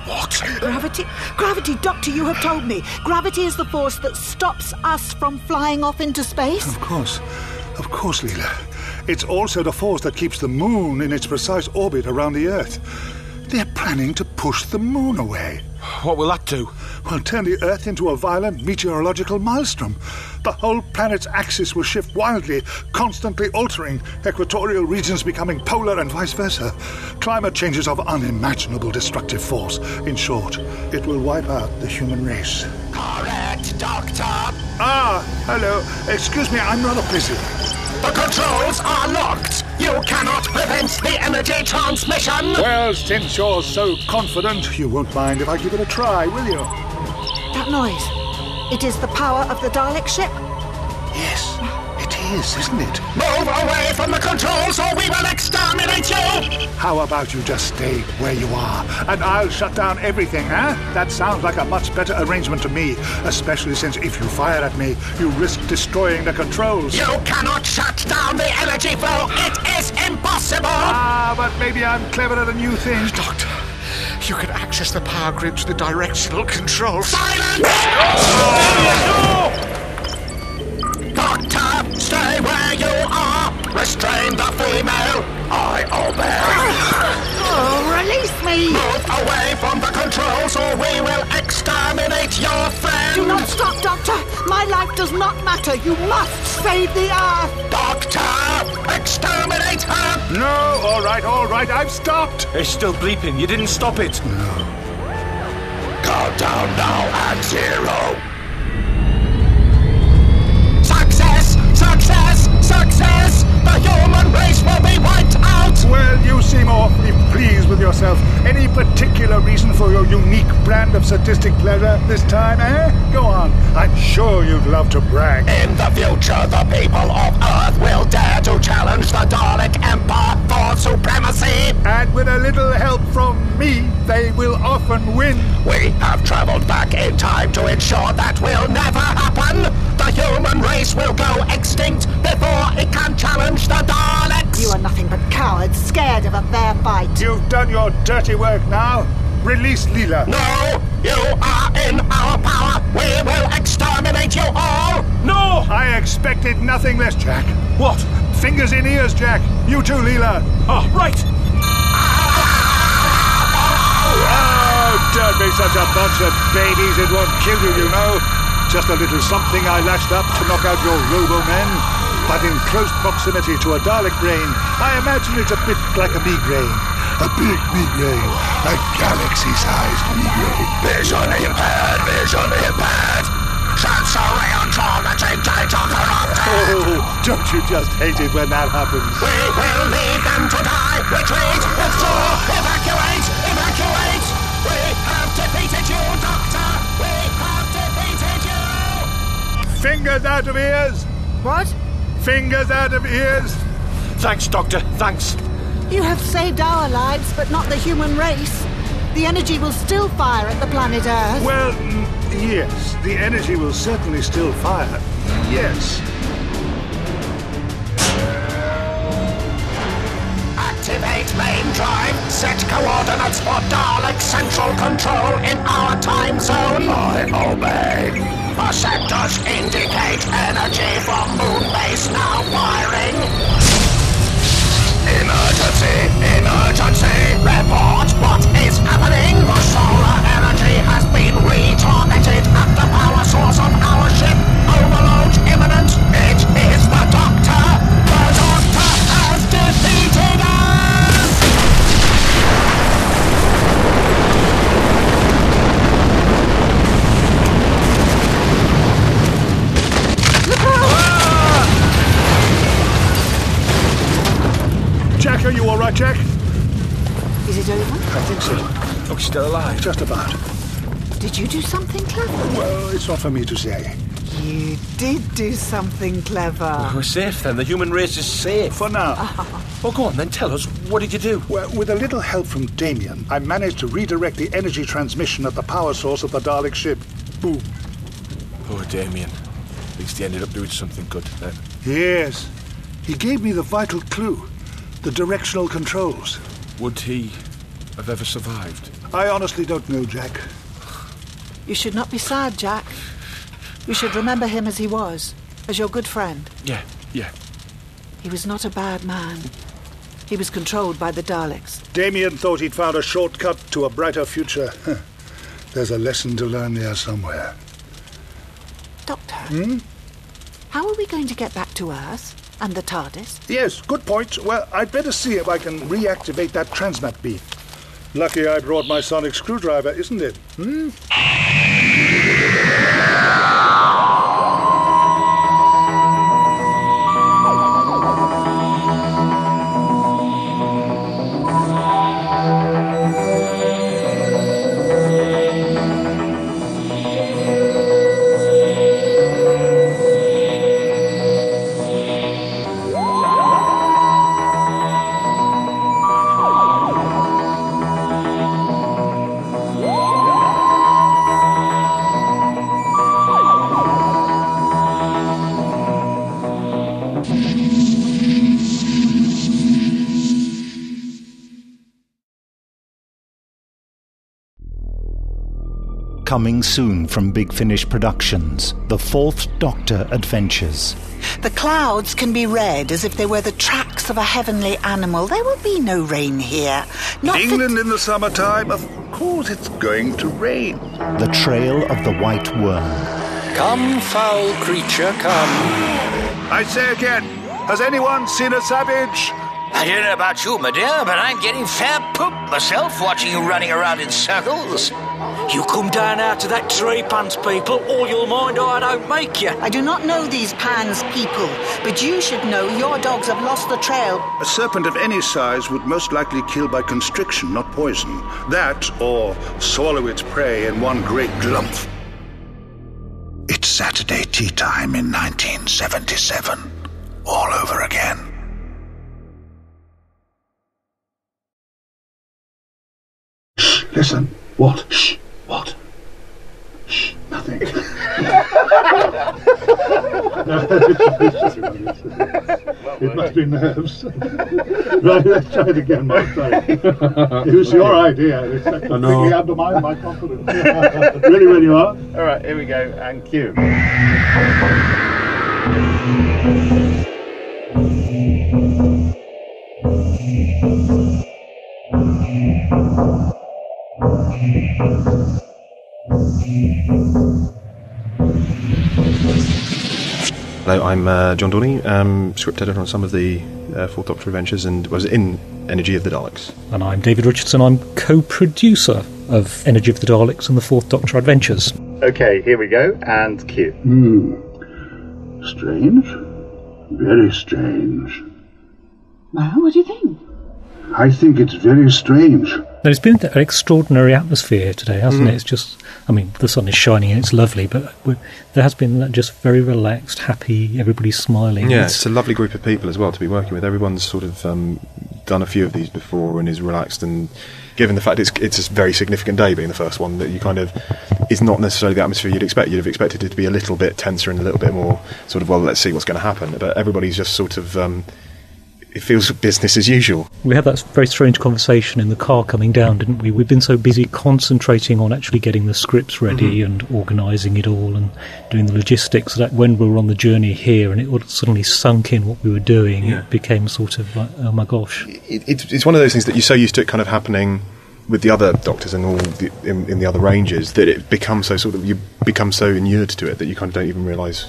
[SPEAKER 8] What?
[SPEAKER 5] Gravity? Gravity, Doctor, you have told me. Gravity is the force that stops us from flying off into space.
[SPEAKER 4] Of course. Of course, Leela. It's also the force that keeps the moon in its precise orbit around the Earth. They're planning to push the moon away.
[SPEAKER 12] What will that do?
[SPEAKER 4] Well, turn the Earth into a violent meteorological maelstrom. The whole planet's axis will shift wildly, constantly altering, equatorial regions becoming polar and vice versa. Climate changes of unimaginable destructive force. In short, it will wipe out the human race.
[SPEAKER 1] Correct, Doctor.
[SPEAKER 4] Ah, hello. Excuse me, I'm rather busy.
[SPEAKER 1] The controls are locked. You cannot prevent the energy transmission.
[SPEAKER 4] Well, since you're so confident, you won't mind if I give it a try, will you?
[SPEAKER 5] That noise. It is the power of the Dalek ship.
[SPEAKER 4] Yes, it is, isn't it?
[SPEAKER 1] Move away from the controls or we will exterminate you!
[SPEAKER 4] How about you just stay where you are, and I'll shut down everything, huh? That sounds like a much better arrangement to me, especially since if you fire at me, you risk destroying the controls.
[SPEAKER 1] You cannot shut down the energy flow. It is impossible.
[SPEAKER 4] Ah, but maybe I'm cleverer than you think.
[SPEAKER 8] Doctor, you can access the power grid through the directional controls.
[SPEAKER 1] Doctor, stay where you are. Restrain the female. I obey.
[SPEAKER 5] Oh, release me!
[SPEAKER 1] Move away from the controls or we will exterminate your friend.
[SPEAKER 5] Do not stop, Doctor. My life does not matter. You must save the Earth.
[SPEAKER 1] Ah, Doctor, exterminate her.
[SPEAKER 4] No, all right, all right, I've stopped.
[SPEAKER 12] It's still bleeping. You didn't stop it.
[SPEAKER 1] Go down now at zero. Success! Success! Success! The human race will be wiped out!
[SPEAKER 4] Well, you seem awfully pleased with yourself. Any particular reason for your unique brand of sadistic pleasure this time, eh? Go on. I'm sure you'd love to brag.
[SPEAKER 1] In the future, the people of Earth will dare to challenge the Dalek Empire for supremacy!
[SPEAKER 4] And with a little help from me, they will often win.
[SPEAKER 1] We have traveled back in time to ensure that will never happen! The human race will go extinct before it can challenge the Daleks!
[SPEAKER 5] You are nothing but cowards, scared of a fair fight.
[SPEAKER 4] You've done your dirty work now. Release Leela.
[SPEAKER 1] No! You are in our power! We will exterminate you all!
[SPEAKER 4] No! I expected nothing less, Jack. What? Fingers in ears, Jack. You too, Leela. Oh, right. Oh, don't be such a bunch of babies. It won't kill you, you know. Just a little something I lashed up to knock out your robo men. but in close proximity to a Dalek brain, I imagine it a bit like a migraine. A big migraine. A galaxy-sized migraine.
[SPEAKER 1] Vision impaired, vision impaired. Sensory traumatic data corrupted.
[SPEAKER 4] Oh, don't you just hate it when that happens?
[SPEAKER 1] We will leave them to die. Retreat, withdraw, evacuate, evacuate. We have defeated you, Doctor. We have defeated you.
[SPEAKER 4] Fingers out of ears!
[SPEAKER 5] What?
[SPEAKER 4] Fingers out of ears! Thanks, Doctor. Thanks.
[SPEAKER 5] You have saved our lives, but not the human race. The energy will still fire at the planet Earth.
[SPEAKER 4] Well, mm, yes, the energy will certainly still fire. Yes.
[SPEAKER 1] Activate main drive. Set coordinates for Dalek Central Control in our time zone. I obey. Perceptors indicate energy from moon base now firing. Emergency! Emergency! Report what is happening! The solar energy has been retargeted at the power source of our ship. Overload imminent. It is the Doctor. The Doctor has defeated us!
[SPEAKER 4] Jack, are you all right, Jack?
[SPEAKER 5] Is it over?
[SPEAKER 4] I think so. Look, still alive. Just about.
[SPEAKER 5] Did you do something clever?
[SPEAKER 4] Well, it's not for me to say.
[SPEAKER 5] You did do something clever.
[SPEAKER 12] Oh, We're safe then. The human race is safe.
[SPEAKER 4] For now.
[SPEAKER 12] Well, go on then. Tell us, what did you do?
[SPEAKER 4] Well, with a little help from Damien, I managed to redirect the energy transmission at the power source of the Dalek ship. Boom.
[SPEAKER 12] Poor Damien. At least he ended up doing something good then.
[SPEAKER 4] Yes. He gave me the vital clue the directional controls.
[SPEAKER 12] Would he have ever survived?
[SPEAKER 4] I honestly don't know, Jack.
[SPEAKER 5] You should not be sad, Jack. You should remember him as he was, as your good friend.
[SPEAKER 12] Yeah, yeah.
[SPEAKER 5] He was not a bad man. He was controlled by the Daleks.
[SPEAKER 4] Damien thought he'd found a shortcut to a brighter future. Huh. There's a lesson to learn there somewhere.
[SPEAKER 5] Doctor,
[SPEAKER 4] Hmm?
[SPEAKER 5] how are we going to get back to Earth and the TARDIS?
[SPEAKER 4] Yes, good point. Well, I'd better see if I can reactivate that transmat beam. Lucky I brought my sonic screwdriver, isn't it? Hmm?
[SPEAKER 23] Coming soon from Big Finish Productions, The Fourth Doctor Adventures.
[SPEAKER 24] The clouds can be read as if they were the tracks of a heavenly animal. There will be no rain here. Not for-
[SPEAKER 25] England in the summertime, of course it's going to rain.
[SPEAKER 23] The Trail of the White Worm.
[SPEAKER 25] Come, foul creature, come.
[SPEAKER 4] I say again, has anyone seen a savage?
[SPEAKER 26] I don't know about you, my dear, but I'm getting fair poop myself watching you running around in circles. You come down out of that tree, pants people, or you'll mind I don't make you.
[SPEAKER 24] I do not know these pans people, but you should know your dogs have lost the trail.
[SPEAKER 25] A serpent of any size would most likely kill by constriction, not poison. That, or swallow its prey in one great glump.
[SPEAKER 27] It's Saturday tea time in 1977. All over again.
[SPEAKER 4] Listen. What? Shh. What? it must be nerves. right, let's try it again, Mike. Sorry. It was your idea. It's completely undermined my confidence. Ready when you are?
[SPEAKER 2] All right, here we go, and cue.
[SPEAKER 6] Hello, I'm uh, John Dorney, um, script editor on some of the uh, Fourth Doctor Adventures and was in Energy of the Daleks.
[SPEAKER 28] And I'm David Richardson. I'm co producer of Energy of the Daleks and the Fourth Doctor Adventures.
[SPEAKER 29] Okay, here we go, and cue.
[SPEAKER 30] Hmm. Strange. Very strange.
[SPEAKER 31] Well, what do you think?
[SPEAKER 30] I think it's very strange.
[SPEAKER 28] There's been an extraordinary atmosphere here today, hasn't
[SPEAKER 30] Mm.
[SPEAKER 28] it? It's just, I mean, the sun is shining and it's lovely, but we- there has been that just very relaxed, happy, everybody's smiling.
[SPEAKER 6] Yeah,
[SPEAKER 28] It's-
[SPEAKER 6] it's a lovely group of people as well to be working with. Everyone's sort of um, done a few of these before and is relaxed. And given the fact it's it's a very significant day being the first one, that you kind of it's not necessarily the atmosphere you'd expect. You'd have expected it to be a little bit tenser and a little bit more sort of well, let's see what's going to happen. But everybody's just sort of um, it feels business as usual.
[SPEAKER 28] We had that very strange conversation in the car coming down, didn't we? We've been so busy concentrating on actually getting the scripts ready
[SPEAKER 6] Mhm.
[SPEAKER 28] and organising it all and doing the logistics that when we were on the journey here and it all suddenly sunk in what we were doing,
[SPEAKER 6] Yeah.
[SPEAKER 28] it became sort of like, oh my gosh.
[SPEAKER 6] it, it's it's one of those things that you're so used to it kind of happening with the other doctors and all the, in, in the other ranges that it becomes so sort of you become so inured to it that you kind of don't even realise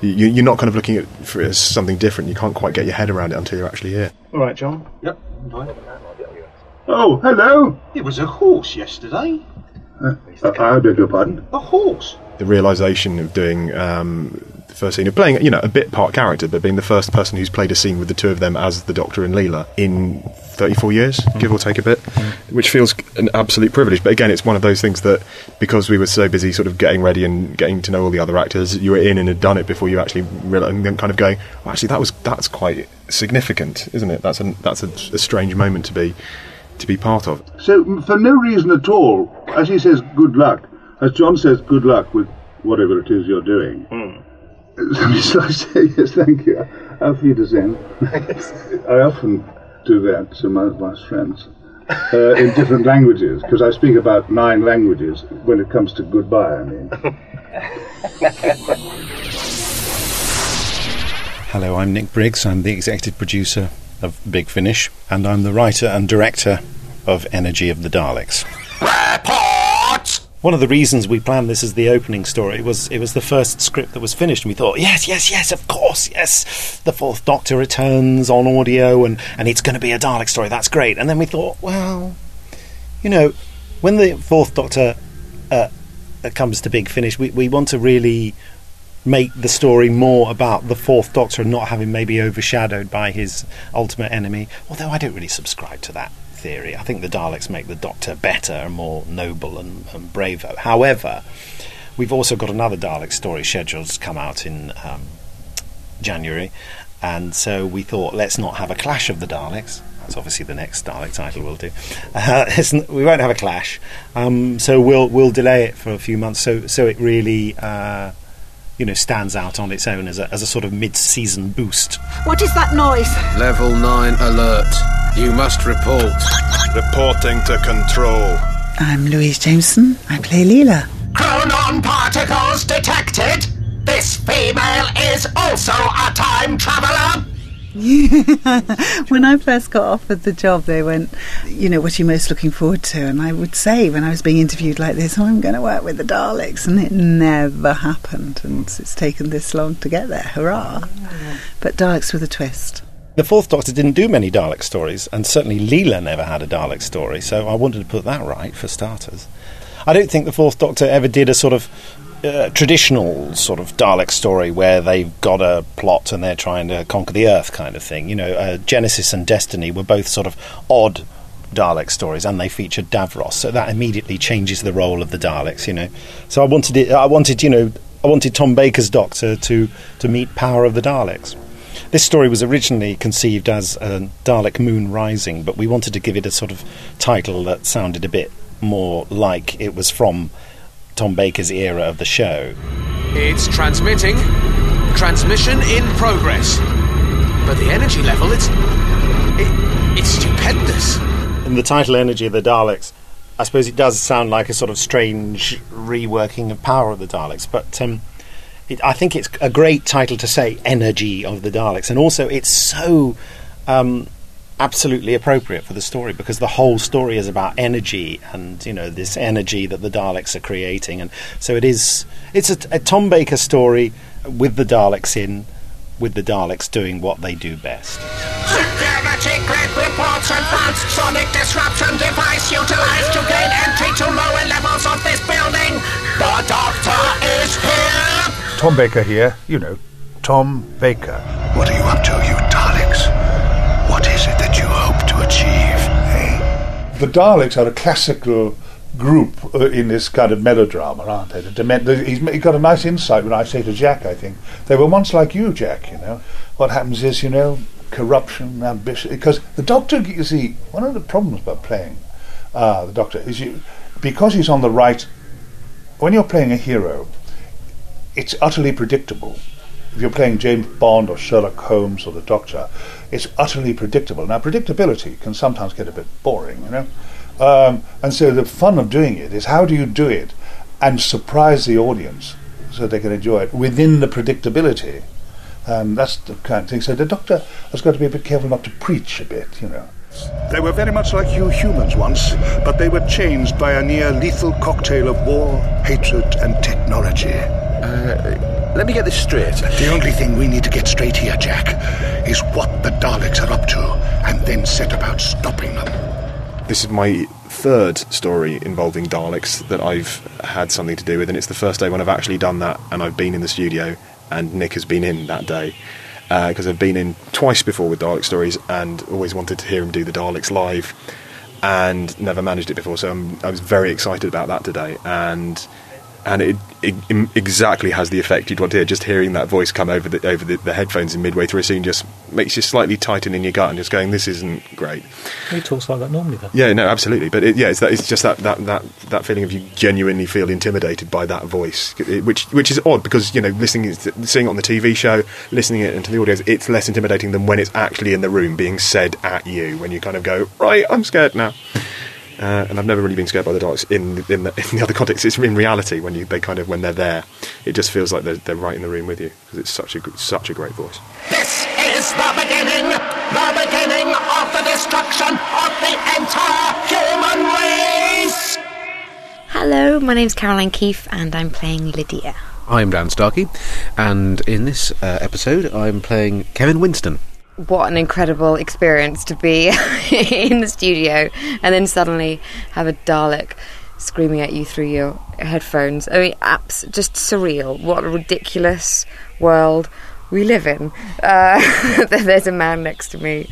[SPEAKER 6] you, you're not kind of looking at for it as something different. You can't quite get your head around it until you're actually here.
[SPEAKER 29] All right, John.
[SPEAKER 2] Yep.
[SPEAKER 30] Oh, hello.
[SPEAKER 2] It was a horse yesterday.
[SPEAKER 30] Uh, I beg your pardon.
[SPEAKER 2] A horse.
[SPEAKER 6] The realization of doing um, the first scene of playing, you know, a bit part character, but being the first person who's played a scene with the two of them as the Doctor and Leela in 34 years, give or take a bit, which feels an absolute privilege. But again, it's one of those things that because we were so busy sort of getting ready and getting to know all the other actors, you were in and had done it before you actually realized, and then kind of going, oh, actually, that was that's quite significant, isn't it? That's a that's a, a strange moment to be to be part of.
[SPEAKER 30] So, m- for no reason at all, as he says, good luck, as John says, good luck with whatever it is you're doing. So I say, yes, thank you. Auf Wiedersehen. I often do that to my, my friends uh, in different languages, because I speak about nine languages when it comes to goodbye, I mean.
[SPEAKER 32] Hello, I'm Nick Briggs. I'm the executive producer of Big Finish, and I'm the writer and director of Energy of the Daleks.
[SPEAKER 23] One of the reasons we planned this as the opening story was it was the first script that was finished, and we thought, yes, yes, yes, of course, yes, the Fourth Doctor returns on audio, and, and it's going to be a Dalek story, that's great. And then we thought, well, you know, when the Fourth Doctor uh, uh, comes to Big Finish, we, we want to really make the story more about the Fourth Doctor and not having maybe overshadowed by his ultimate enemy. Although I don't really subscribe to that theory. I think the Daleks make the Doctor better and more noble and, and braver. However, we've also got another Dalek story scheduled to come out in um, January, and so we thought let's not have a clash of the Daleks. That's obviously the next Dalek title we'll do. Uh, it's n- we won't have a clash, um, so we'll we'll delay it for a few months. So so it really. Uh, you know, stands out on its own as a, as a sort of mid-season boost.
[SPEAKER 5] What is that noise?
[SPEAKER 2] Level 9 alert. You must report.
[SPEAKER 33] Reporting to control.
[SPEAKER 10] I'm Louise Jameson. I play Leela.
[SPEAKER 2] Chronon particles detected.
[SPEAKER 1] This female is also a time traveler.
[SPEAKER 10] when I first got offered the job, they went, you know, what are you most looking forward to? And I would say when I was being interviewed like this, oh, I'm going to work with the Daleks. And it never happened. And it's taken this long to get there. Hurrah. But Daleks with a twist.
[SPEAKER 23] The Fourth Doctor didn't do many Dalek stories, and certainly Leela never had a Dalek story, so I wanted to put that right for starters. I don't think the Fourth Doctor ever did a sort of uh, traditional sort of Dalek story where they've got a plot and they're trying to conquer the Earth kind of thing. You know, uh, Genesis and Destiny were both sort of odd Dalek stories, and they featured Davros, so that immediately changes the role of the Daleks. You know, so I wanted it. I wanted you know. I wanted Tom Baker's Doctor to, to meet Power of the Daleks. This story was originally conceived as a Dalek Moon Rising, but we wanted to give it a sort of title that sounded a bit more like it was from Tom Baker's era of the show.
[SPEAKER 9] It's transmitting. Transmission in progress. But the energy level, it's. It, it's stupendous.
[SPEAKER 23] And the title Energy of the Daleks, I suppose it does sound like a sort of strange reworking of Power of the Daleks, but um, it, I think it's a great title to say Energy of the Daleks. And also, it's so. Um, absolutely appropriate for the story because the whole story is about energy and you know this energy that the Daleks are creating, and so it is. It's a, a Tom Baker story with the Daleks in, with the Daleks doing what they do best.
[SPEAKER 1] Security grid reports advanced sonic disruption device utilized to gain entry to lower levels of this building. The doctor is here.
[SPEAKER 4] Tom Baker here, you know, Tom Baker.
[SPEAKER 34] What are you up to, you Daleks? What is it that you hope to achieve? Eh?
[SPEAKER 4] The Daleks are a classical group uh, in this kind of melodrama, aren't they? The dimen- the, he's, he got a nice insight when I say to Jack, I think, they were once like you, Jack, you know. What happens is, you know, corruption, ambition, because the Doctor, you see, one of the problems about playing uh, the Doctor is you, because he's on the right, when you're playing a hero, it's utterly predictable. If you're playing James Bond or Sherlock Holmes or the Doctor, it's utterly predictable. Now, predictability can sometimes get a bit boring, you know. Um, and so the fun of doing it is how do you do it and surprise the audience so they can enjoy it within the predictability. Um, that's the kind of thing. So the Doctor has got to be a bit careful not to preach a bit, you know.
[SPEAKER 34] They were very much like you humans once, but they were changed by a near lethal cocktail of war, hatred, and technology. Uh,
[SPEAKER 35] let me get this straight.
[SPEAKER 34] The only thing we need to get straight here, Jack, is what the Daleks are up to, and then set about stopping them.
[SPEAKER 6] This is my third story involving Daleks that I've had something to do with, and it's the first day when I've actually done that, and I've been in the studio, and Nick has been in that day. Because I've been in twice before with Dalek stories and always wanted to hear him do the Daleks live and never managed it before, so I'm, I was very excited about that today. And and it, it im- exactly has the effect you'd want to hear. Just hearing that voice come over the over the, the headphones in midway through a scene just makes you slightly tighten in your gut and just going, "This isn't great."
[SPEAKER 28] He talks like that normally, though.
[SPEAKER 6] Yeah, no, absolutely. But it, yeah, it's, that, it's just that, that, that, that feeling of you genuinely feel intimidated by that voice, it- which which is odd because you know listening seeing it on the TV show, listening it into the audio, it's less intimidating than when it's actually in the room being said at you. When you kind of go, right, I'm scared now. Uh, and I've never really been scared by the Daleks in the, in the, in the other context. It's in reality when you they kind of when they're there, it just feels like they're, they're right in the room with you because it's such a gr- such a great voice.
[SPEAKER 1] This is the beginning, the beginning of the destruction of the entire human race.
[SPEAKER 36] Hello, my name's Caroline Keefe and I'm playing Lydia.
[SPEAKER 9] I'm Dan Starkey, and in this uh, episode, I'm playing Kevin Winston.
[SPEAKER 36] What an incredible experience to be in the studio and then suddenly have a Dalek screaming at you through your headphones. I mean, abs- just surreal. What a ridiculous world we live in. Uh, there- there's a man next to me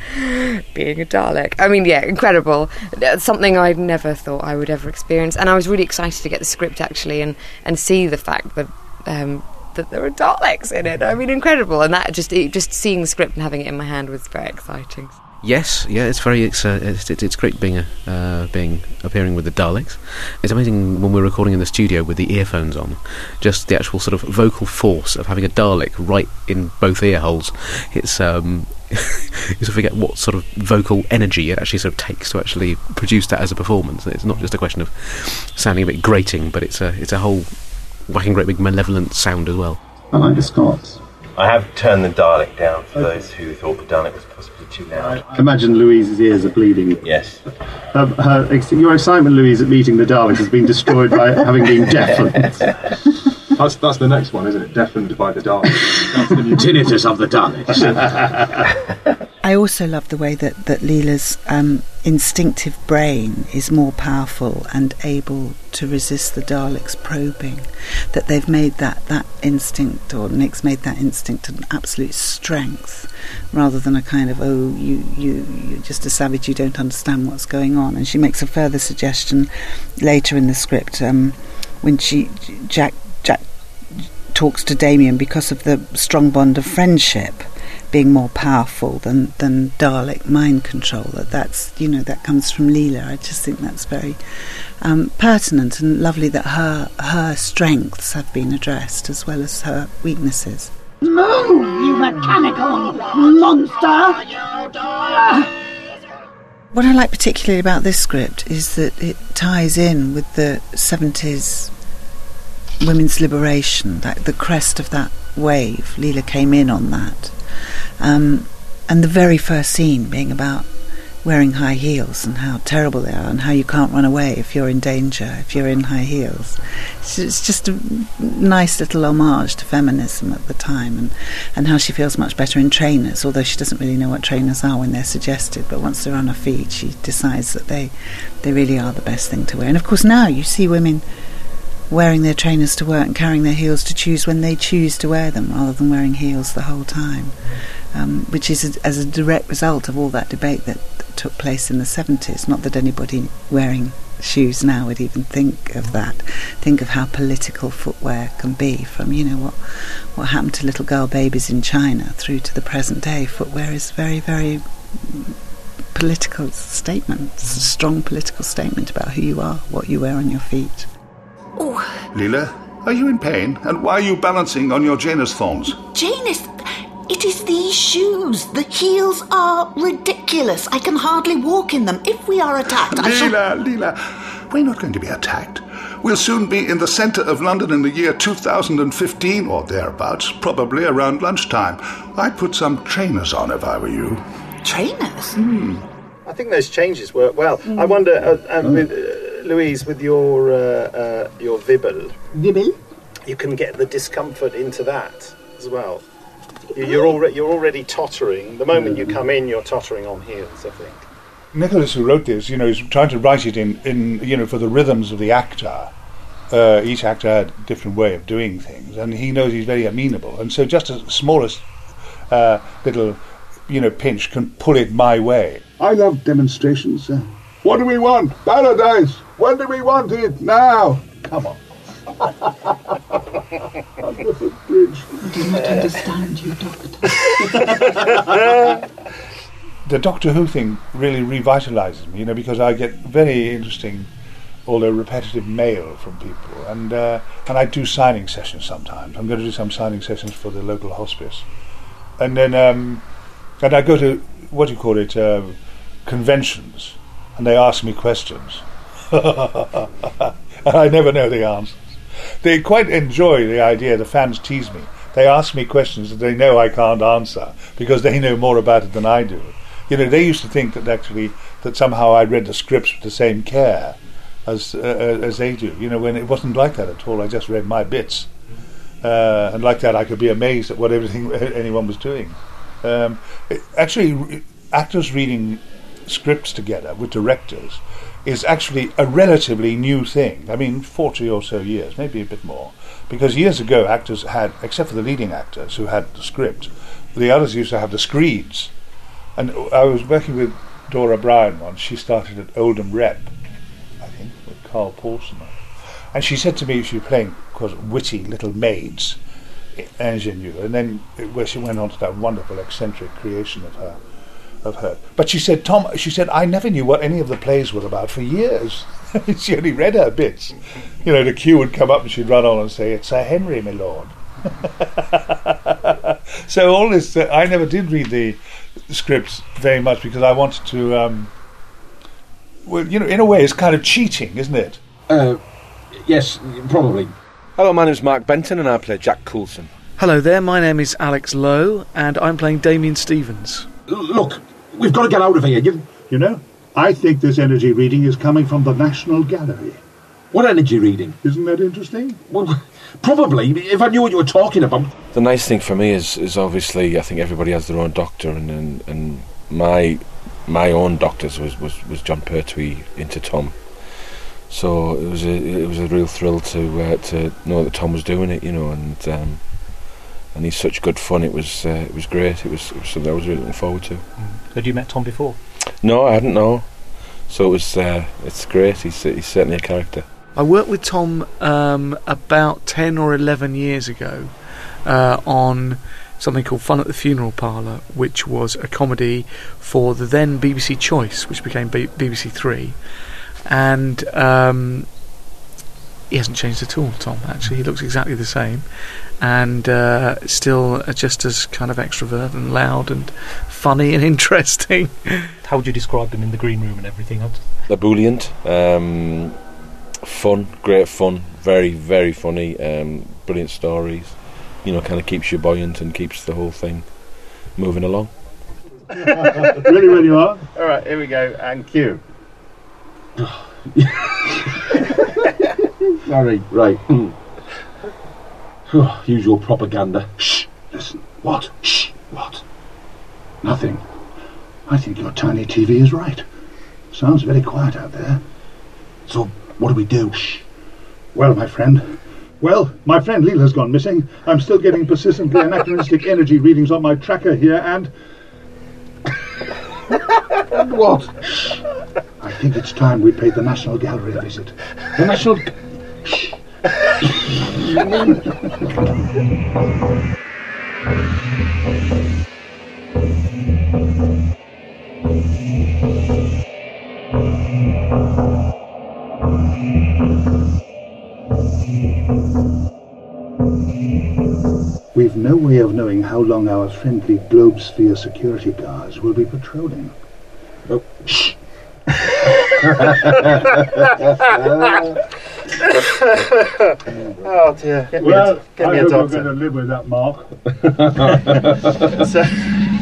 [SPEAKER 36] being a Dalek. I mean, yeah, incredible. That's Something I'd never thought I would ever experience. And I was really excited to get the script actually and, and see the fact that. Um, that there are Daleks in it. I mean, incredible! And that just it- just seeing the script and having it in my hand was very exciting.
[SPEAKER 9] Yes, yeah, it's very it's uh, it's, it's, it's great being a, uh, being appearing with the Daleks. It's amazing when we're recording in the studio with the earphones on, just the actual sort of vocal force of having a Dalek right in both ear holes. It's um, you sort of forget what sort of vocal energy it actually sort of takes to actually produce that as a performance. It's not just a question of sounding a bit grating, but it's a it's a whole whacking great big malevolent sound as well.
[SPEAKER 2] I like the Scots. I have turned the Dalek down for those who thought the Dalek was possibly too loud. Imagine Louise's ears are bleeding. Yes. Her, her ex- your excitement, Louise, at meeting the Dalek has been destroyed by having been deafened.
[SPEAKER 6] That's that's the next one, isn't it? Deafened by the Daleks. That's the new
[SPEAKER 2] tinnitus of the
[SPEAKER 6] Daleks.
[SPEAKER 10] I also love the way that that Leela's um, instinctive brain is more powerful and able to resist the Daleks' probing. That they've made that that instinct, or Nick's made that instinct, an absolute strength, rather than a kind of oh you you you're just a savage, you don't understand what's going on. And she makes a further suggestion later in the script um, when she Jack Jack talks to Damien because of the strong bond of friendship being more powerful than, than Dalek mind control. That that's you know that comes from Leela. I just think that's very um, pertinent and lovely that her her strengths have been addressed as well as her weaknesses.
[SPEAKER 1] Move, you mechanical monster!
[SPEAKER 10] What I like particularly about this script is that it ties in with the 70s women's liberation, that the crest of that wave. Leela came in on that. Um, and the very first scene being about wearing high heels and how terrible they are and how you can't run away if you're in danger if you're in high heels. So it's just a nice little homage to feminism at the time and, and how she feels much better in trainers, although she doesn't really know what trainers are when they're suggested. But once they're on her feet, she decides that they they really are the best thing to wear. And of course, now you see women wearing their trainers to work and carrying their heels to choose when they choose to wear them rather than wearing heels the whole time, um, which is a, as a direct result of all that debate that, that took place in the 70s. Not that anybody wearing shoes now would even think of that. Think of how political footwear can be from, you know, what, what happened to little girl babies in China through to the present day. Footwear is very, very political statement. It's a strong political statement about who you are, what you wear on your feet.
[SPEAKER 5] Oh.
[SPEAKER 37] Leela, are you in pain? And why are you balancing on your Janus thorns?
[SPEAKER 5] Janus, it is these shoes. The heels are ridiculous. I can hardly walk in them. If we are attacked, I shall.
[SPEAKER 37] Leela, Leela, we're not going to be attacked. We'll soon be in the centre of London in the year 2015 or thereabouts, probably around lunchtime. I'd put some trainers on if I were you. Hmm.
[SPEAKER 5] Trainers?
[SPEAKER 23] I think those changes work well. I wonder, uh,
[SPEAKER 2] Mm.
[SPEAKER 23] and with, uh, Louise, with your uh, uh, your vibble,
[SPEAKER 2] Vibble?
[SPEAKER 23] you can get the discomfort into that as well. You, you're already you're already tottering. The moment you come in, you're tottering on heels. I think.
[SPEAKER 4] Nicholas, who wrote this, you know, is trying to write it in, in you know, for the rhythms of the actor. Uh, each actor had a different way of doing things, and he knows he's very amenable. And so, just the smallest uh, little, you know, pinch can pull it my way.
[SPEAKER 30] I love demonstrations. sir. What do we want? Paradise! When do we want it? Now! Come on. I'm just a bridge.
[SPEAKER 2] I do not understand you, Doctor.
[SPEAKER 4] the Doctor Who thing really revitalizes me, you know, because I get very interesting, although repetitive mail from people, and uh, and I do signing sessions sometimes. I'm going to do some signing sessions for the local hospice, and then um, and I go to what do you call it uh, conventions, and they ask me questions, and I never know the answers. They quite enjoy the idea. The fans tease me. They ask me questions that they know I can't answer because they know more about it than I do. You know, they used to think that actually that somehow I read the scripts with the same care as uh, uh, as they do. You know, when it wasn't like that at all. I just read my bits, uh, and like that, I could be amazed at what everything anyone was doing. Um, it- actually, re- actors reading scripts together with directors is actually a relatively new thing. I mean, 40 or so years, maybe a bit more. Because years ago, actors had, except for the leading actors who had the script, the others used to have the screeds. And I was working with Dora Bryan once. She started at Oldham Rep, I think, with Carl Paulson. And she said to me, she was playing, of course, witty little maids, ingenue. And then uh, where she went on to that wonderful eccentric creation of her of her. But she said, Tom, she said, I never knew what any of the plays were about for years. she only read her bits. You know, the cue would come up and she'd run on and say, It's Sir Henry, my lord. so all this, uh, I never did read the scripts very much because I wanted to, um, well, you know, in a way, it's kind of cheating, isn't it?
[SPEAKER 12] Uh,
[SPEAKER 23] yes, probably.
[SPEAKER 12] Hello, my name's Mark Benton, and I play Jack Coulson.
[SPEAKER 8] Hello there, my name is Alex Lowe, and I'm playing Damien Stevens.
[SPEAKER 30] Look, we've got to get out of here. You, you know, I think this energy reading is coming from the National Gallery. What energy reading? Isn't that interesting? Well, probably. If I knew what you were talking about.
[SPEAKER 10] The nice thing for me is, is obviously I think everybody has their own doctor, and and, and my my own doctor's was, was, was John Pertwee into Tom. So it was a it was a real thrill to uh, to know that Tom was doing it, you know, and um, and he's such good fun. It was uh, it was great. It was, it was something I was really looking forward to.
[SPEAKER 28] Had you met Tom before?
[SPEAKER 10] No, I hadn't know. So it was uh, it's great. He's he's certainly a character.
[SPEAKER 8] I worked with Tom um, about 10 or 11 years ago uh, on something called Fun at the Funeral Parlour, which was a comedy for the then BBC Choice, which became B- BBC Three. And um, he hasn't changed at all, Tom, actually. He looks exactly the same and uh, still uh, just as kind of extrovert and loud and funny and interesting.
[SPEAKER 28] How would you describe them in the green room and everything else?
[SPEAKER 10] They're brilliant. Um, fun, great fun. Very, very funny. Um, brilliant stories. You know, kind of keeps you buoyant and keeps the whole thing moving along.
[SPEAKER 23] Ready when you are. All right, here we go, and cue.
[SPEAKER 4] Sorry. Right. hmm. Usual propaganda. Shh. Listen. What? Shh. What? Nothing. I think your tiny TV is right. Sounds very quiet out there. So, what do we do? Shh.
[SPEAKER 23] Well, my friend. Well, my friend Leela's gone missing. I'm still getting persistently anachronistic energy readings on my tracker here, and.
[SPEAKER 4] And what? I think it's time we paid the National Gallery a visit. The National. We've no way of knowing how long our friendly globe sphere security guards will be patrolling. Oh. Shh.
[SPEAKER 23] 啊 oh dear. Get me
[SPEAKER 4] Well,
[SPEAKER 23] a, get
[SPEAKER 4] I
[SPEAKER 23] me a
[SPEAKER 4] hope you're
[SPEAKER 23] doctor.
[SPEAKER 4] gonna
[SPEAKER 23] live with that, Mark.
[SPEAKER 4] so,